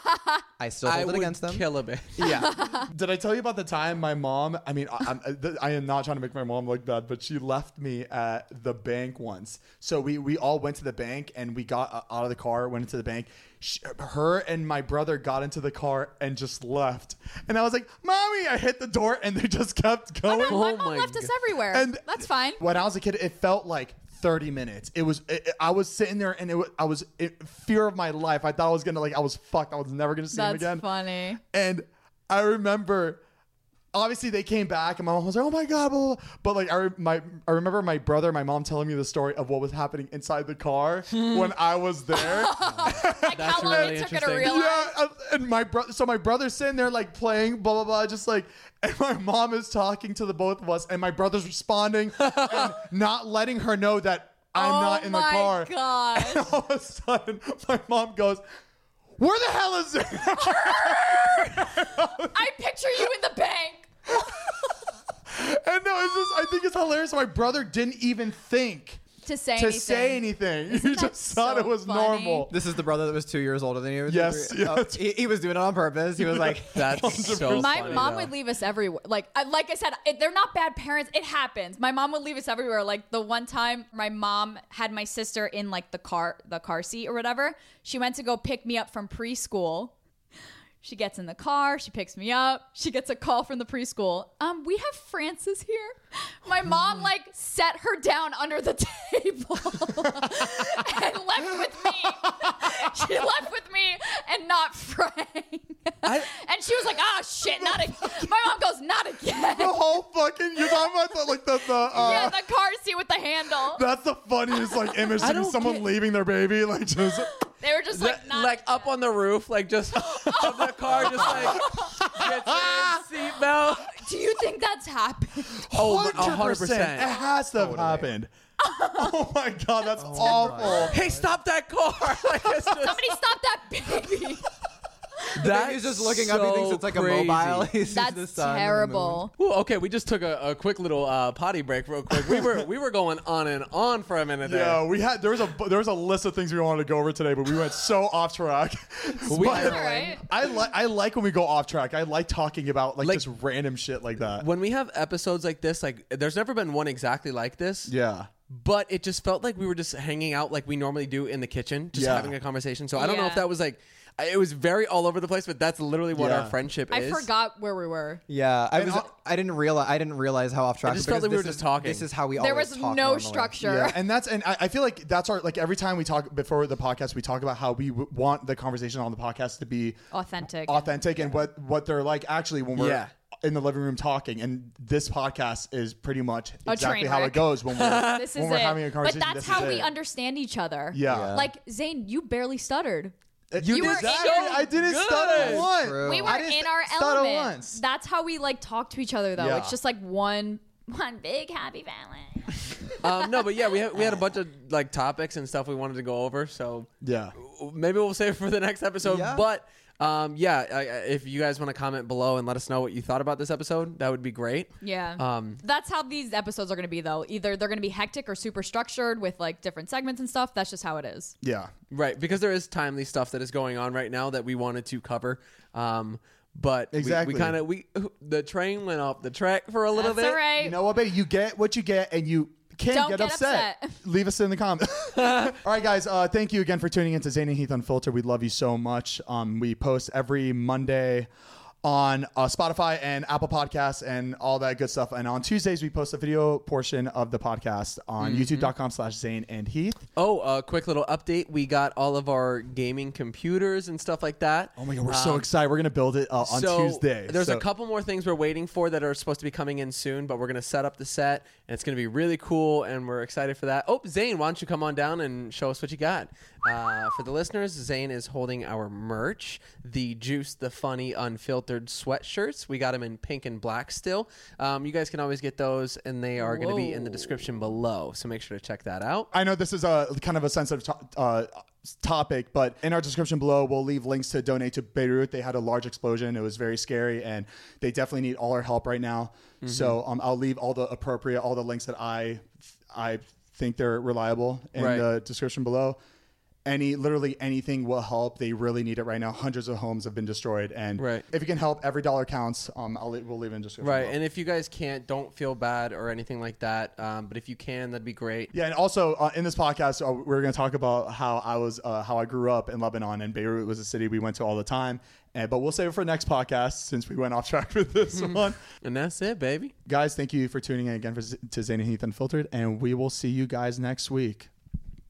Speaker 3: I still hold
Speaker 2: I
Speaker 3: it
Speaker 2: would
Speaker 3: against them.
Speaker 2: kill a bit.
Speaker 4: yeah. Did I tell you about the time my mom? I mean, I, I'm, uh, th- I am not trying to make my mom look bad, but she left me at the bank once. So we we all went to the bank and we got uh, out of the car, went into the bank. She, her and my brother got into the car and just left. And I was like, "Mommy!" I hit the door and they just kept going.
Speaker 5: No, my
Speaker 2: Oh
Speaker 5: mom
Speaker 2: my
Speaker 5: left us
Speaker 2: God.
Speaker 5: everywhere.
Speaker 4: And-
Speaker 5: That's fine.
Speaker 4: when I was a kid, it felt like 30 minutes. It was, it, it- I was sitting there and it was, I was in fear of my life. I thought I was gonna like, I was fucked. I was never gonna see him
Speaker 5: That's
Speaker 4: again.
Speaker 5: funny.
Speaker 4: And I remember, obviously they came back and my mom was like, oh my God, blah, blah, blah." but like I, re- my, I remember my brother, and my mom telling me the story of what was happening inside the car
Speaker 5: Hmm.
Speaker 4: when I was there.
Speaker 5: Like how long
Speaker 2: really
Speaker 5: it took her to
Speaker 2: interesting.
Speaker 5: realize.
Speaker 4: Yeah, uh, and my brother. So my brother's sitting there like playing, blah blah blah, just like. And my mom is talking to the both of us, and my brother's responding, and not letting her know that I'm
Speaker 5: oh
Speaker 4: not in the
Speaker 5: my
Speaker 4: car.
Speaker 5: gosh.
Speaker 4: And all of a sudden, my mom goes, "Where the hell is it?"
Speaker 5: I picture you in the bank.
Speaker 4: and no, it's just. I think it's hilarious. My brother didn't even think
Speaker 5: to say
Speaker 4: to
Speaker 5: anything.
Speaker 4: say anything. he
Speaker 5: that
Speaker 4: just thought
Speaker 5: so
Speaker 4: it was
Speaker 5: funny?
Speaker 4: normal.
Speaker 3: This is the brother that was two years older than you.
Speaker 4: Yes,
Speaker 3: Three- oh,
Speaker 4: yes.
Speaker 3: he, he was doing it on purpose. He was like,
Speaker 2: That's so
Speaker 5: My
Speaker 2: funny,
Speaker 5: mom
Speaker 2: though.
Speaker 5: would leave us everywhere. Like, I, like I said, it, they're not bad parents. It happens. My mom would leave us everywhere. Like the one time, my mom had my sister in like the car, the car seat or whatever. She went to go pick me up from preschool. She gets in the car. She picks me up. She gets a call from the preschool. Um, we have Frances here. My mom like set her down under the table and left with me. she left with me and not Frank. and she was like, "Ah, shit, not again." My mom goes, "Not again."
Speaker 4: The whole fucking. You're talking about the, like the the. Uh,
Speaker 5: yeah, the car seat with the handle.
Speaker 4: That's the funniest like image
Speaker 2: I
Speaker 4: to be
Speaker 2: don't
Speaker 4: someone
Speaker 2: get-
Speaker 4: leaving their baby like just
Speaker 5: They were just like,
Speaker 2: Th-
Speaker 5: "Not."
Speaker 2: like up on the roof, like just of the car, just like gets in seatbelt.
Speaker 5: Do you think that's happened?
Speaker 2: Oh, my- a
Speaker 4: 100%. It has to have happened. oh my god, that's awful.
Speaker 2: Hey, stop that car! like it's just,
Speaker 5: Somebody stop that baby.
Speaker 2: that
Speaker 3: He's just looking up. He thinks it's like a mobile. He sees the
Speaker 5: That's
Speaker 3: sun and the moon.
Speaker 5: terrible.
Speaker 2: Ooh, okay, we just took a, a quick little uh, potty break, real quick. We were we were going on and on for a minute there.
Speaker 4: Yeah, we had there was a bu- there was a list of things we wanted to go over today, but we went so off track.
Speaker 2: We-
Speaker 4: But
Speaker 5: Alright.
Speaker 4: I like I like when we go off track. I like talking about like,
Speaker 2: Like-
Speaker 4: just random shit like that.
Speaker 2: when we have episodes like this, like there's never been one exactly like this.
Speaker 4: yeah.
Speaker 2: But it just felt like we were just hanging out like we normally do in the kitchen, just
Speaker 4: Yeah.
Speaker 2: having a conversation. So I don't know if
Speaker 5: Yeah.
Speaker 2: that was like I- it was very all over the place, but that's literally what
Speaker 4: Yeah.
Speaker 2: our friendship
Speaker 5: I
Speaker 2: is.
Speaker 5: forgot where we were.
Speaker 3: Yeah, I was.
Speaker 4: I'll-
Speaker 3: I didn't realize. I didn't realize how off track.
Speaker 2: just
Speaker 3: because
Speaker 2: felt like we
Speaker 3: this
Speaker 2: were just
Speaker 3: is-
Speaker 2: talking.
Speaker 3: This is how we.
Speaker 5: There
Speaker 3: always
Speaker 5: was no
Speaker 3: talk normally.
Speaker 5: structure.
Speaker 4: Yeah, and that's and I, I feel like that's our like every time we talk before the podcast, we talk about how we w- want the conversation on the podcast to be
Speaker 5: Authentic.
Speaker 4: authentic and what what they're like actually when we're
Speaker 2: Yeah.
Speaker 4: in the living room talking. And this podcast is pretty much
Speaker 5: A
Speaker 4: exactly
Speaker 5: train
Speaker 4: how it
Speaker 5: wreck.
Speaker 4: goes when we're
Speaker 5: This is
Speaker 4: when we're
Speaker 5: it.
Speaker 4: having a
Speaker 5: but
Speaker 4: conversation.
Speaker 5: that's
Speaker 4: This is
Speaker 5: how we
Speaker 4: it.
Speaker 5: understand each other.
Speaker 4: Yeah. Yeah.
Speaker 5: Like Zane, you barely stuttered.
Speaker 4: You,
Speaker 5: were
Speaker 4: exactly.
Speaker 5: so
Speaker 4: I didn't stutter once.
Speaker 3: true.
Speaker 5: We were
Speaker 4: I didn't
Speaker 5: in our
Speaker 4: stutter
Speaker 5: element.
Speaker 4: once.
Speaker 5: That's how we like talk to each other though.
Speaker 4: Yeah.
Speaker 5: It's just like one one big happy Valentine.
Speaker 2: um, no, but yeah, we had, we had a bunch of like topics and stuff we wanted to go over. So
Speaker 4: Yeah.
Speaker 2: maybe we'll save it for the next episode.
Speaker 3: Yeah.
Speaker 2: But um, yeah, I, I, if you guys want to comment below and let us know what you thought about this episode, that would be great.
Speaker 5: Yeah.
Speaker 2: Um,
Speaker 5: That's how these episodes are going to be though. Either they're going to be hectic or super structured with like different segments and stuff. That's just how it is.
Speaker 4: Yeah.
Speaker 2: right, because there is timely stuff that is going on right now that we wanted to cover. Um, but we-
Speaker 4: Exactly.
Speaker 2: we, kind of we the train went off the track for a little
Speaker 5: That's
Speaker 2: bit.
Speaker 5: all right.
Speaker 4: You know what, baby? You get what you get, and you can
Speaker 5: Don't
Speaker 4: get,
Speaker 5: get
Speaker 4: upset.
Speaker 5: upset.
Speaker 4: Leave us in the comments. All right, guys. Uh, thank you again for tuning in to Zane and Heath Unfiltered. We love you so much. Um, we post every Monday on uh, Spotify and Apple Podcasts and all that good stuff. And on Tuesdays, we post a video portion of the podcast on youtube.com slash Zane and Heath.
Speaker 2: Oh, a quick little update. We got all of our gaming computers and stuff like that.
Speaker 4: Oh my God, we're so excited. We're going to build it uh, on
Speaker 2: so
Speaker 4: Tuesday.
Speaker 2: There's
Speaker 4: So-
Speaker 2: a couple more things we're waiting for that are supposed to be coming in soon, but we're gonna set up the set and it's gonna be really cool, and we're excited for that. Oh, Zane, why don't you come on down and show us what you got? Uh, for the listeners, Zane is holding our merch, the Juice, the Funny, Unfiltered sweatshirts. We got them in pink and black still. Um, you guys can always get those, and they are gonna be in the description below. So make sure to check that out.
Speaker 4: I know this is a kind of a sensitive to- uh, topic, but in our description below, we'll leave links to donate to Beirut. They had a large explosion; it was very scary, and they definitely need all our help right now.
Speaker 2: Mm-hmm.
Speaker 4: So um, I'll leave all the appropriate, all the links that I I think they're reliable in
Speaker 2: Right.
Speaker 4: the description below. Any literally anything will help. They really need it right now. Hundreds of homes have been destroyed, and
Speaker 2: Right.
Speaker 4: if you can help, every dollar counts. Um, I'll leave, we'll leave it in the description.
Speaker 2: Right,
Speaker 4: below.
Speaker 2: and if you guys can't, don't feel bad or anything like that. Um, but if you can, that'd be great.
Speaker 4: Yeah, and also uh, in this podcast, uh, we're going to talk about how I was, uh, how I grew up in Lebanon, and Beirut was a city we went to all the time. And, but we'll save it for next podcast since we went off track with this one.
Speaker 2: And that's it, baby.
Speaker 4: Guys, thank you for tuning in again for, Z- to Zane and Heath Unfiltered, and we will see you guys next week.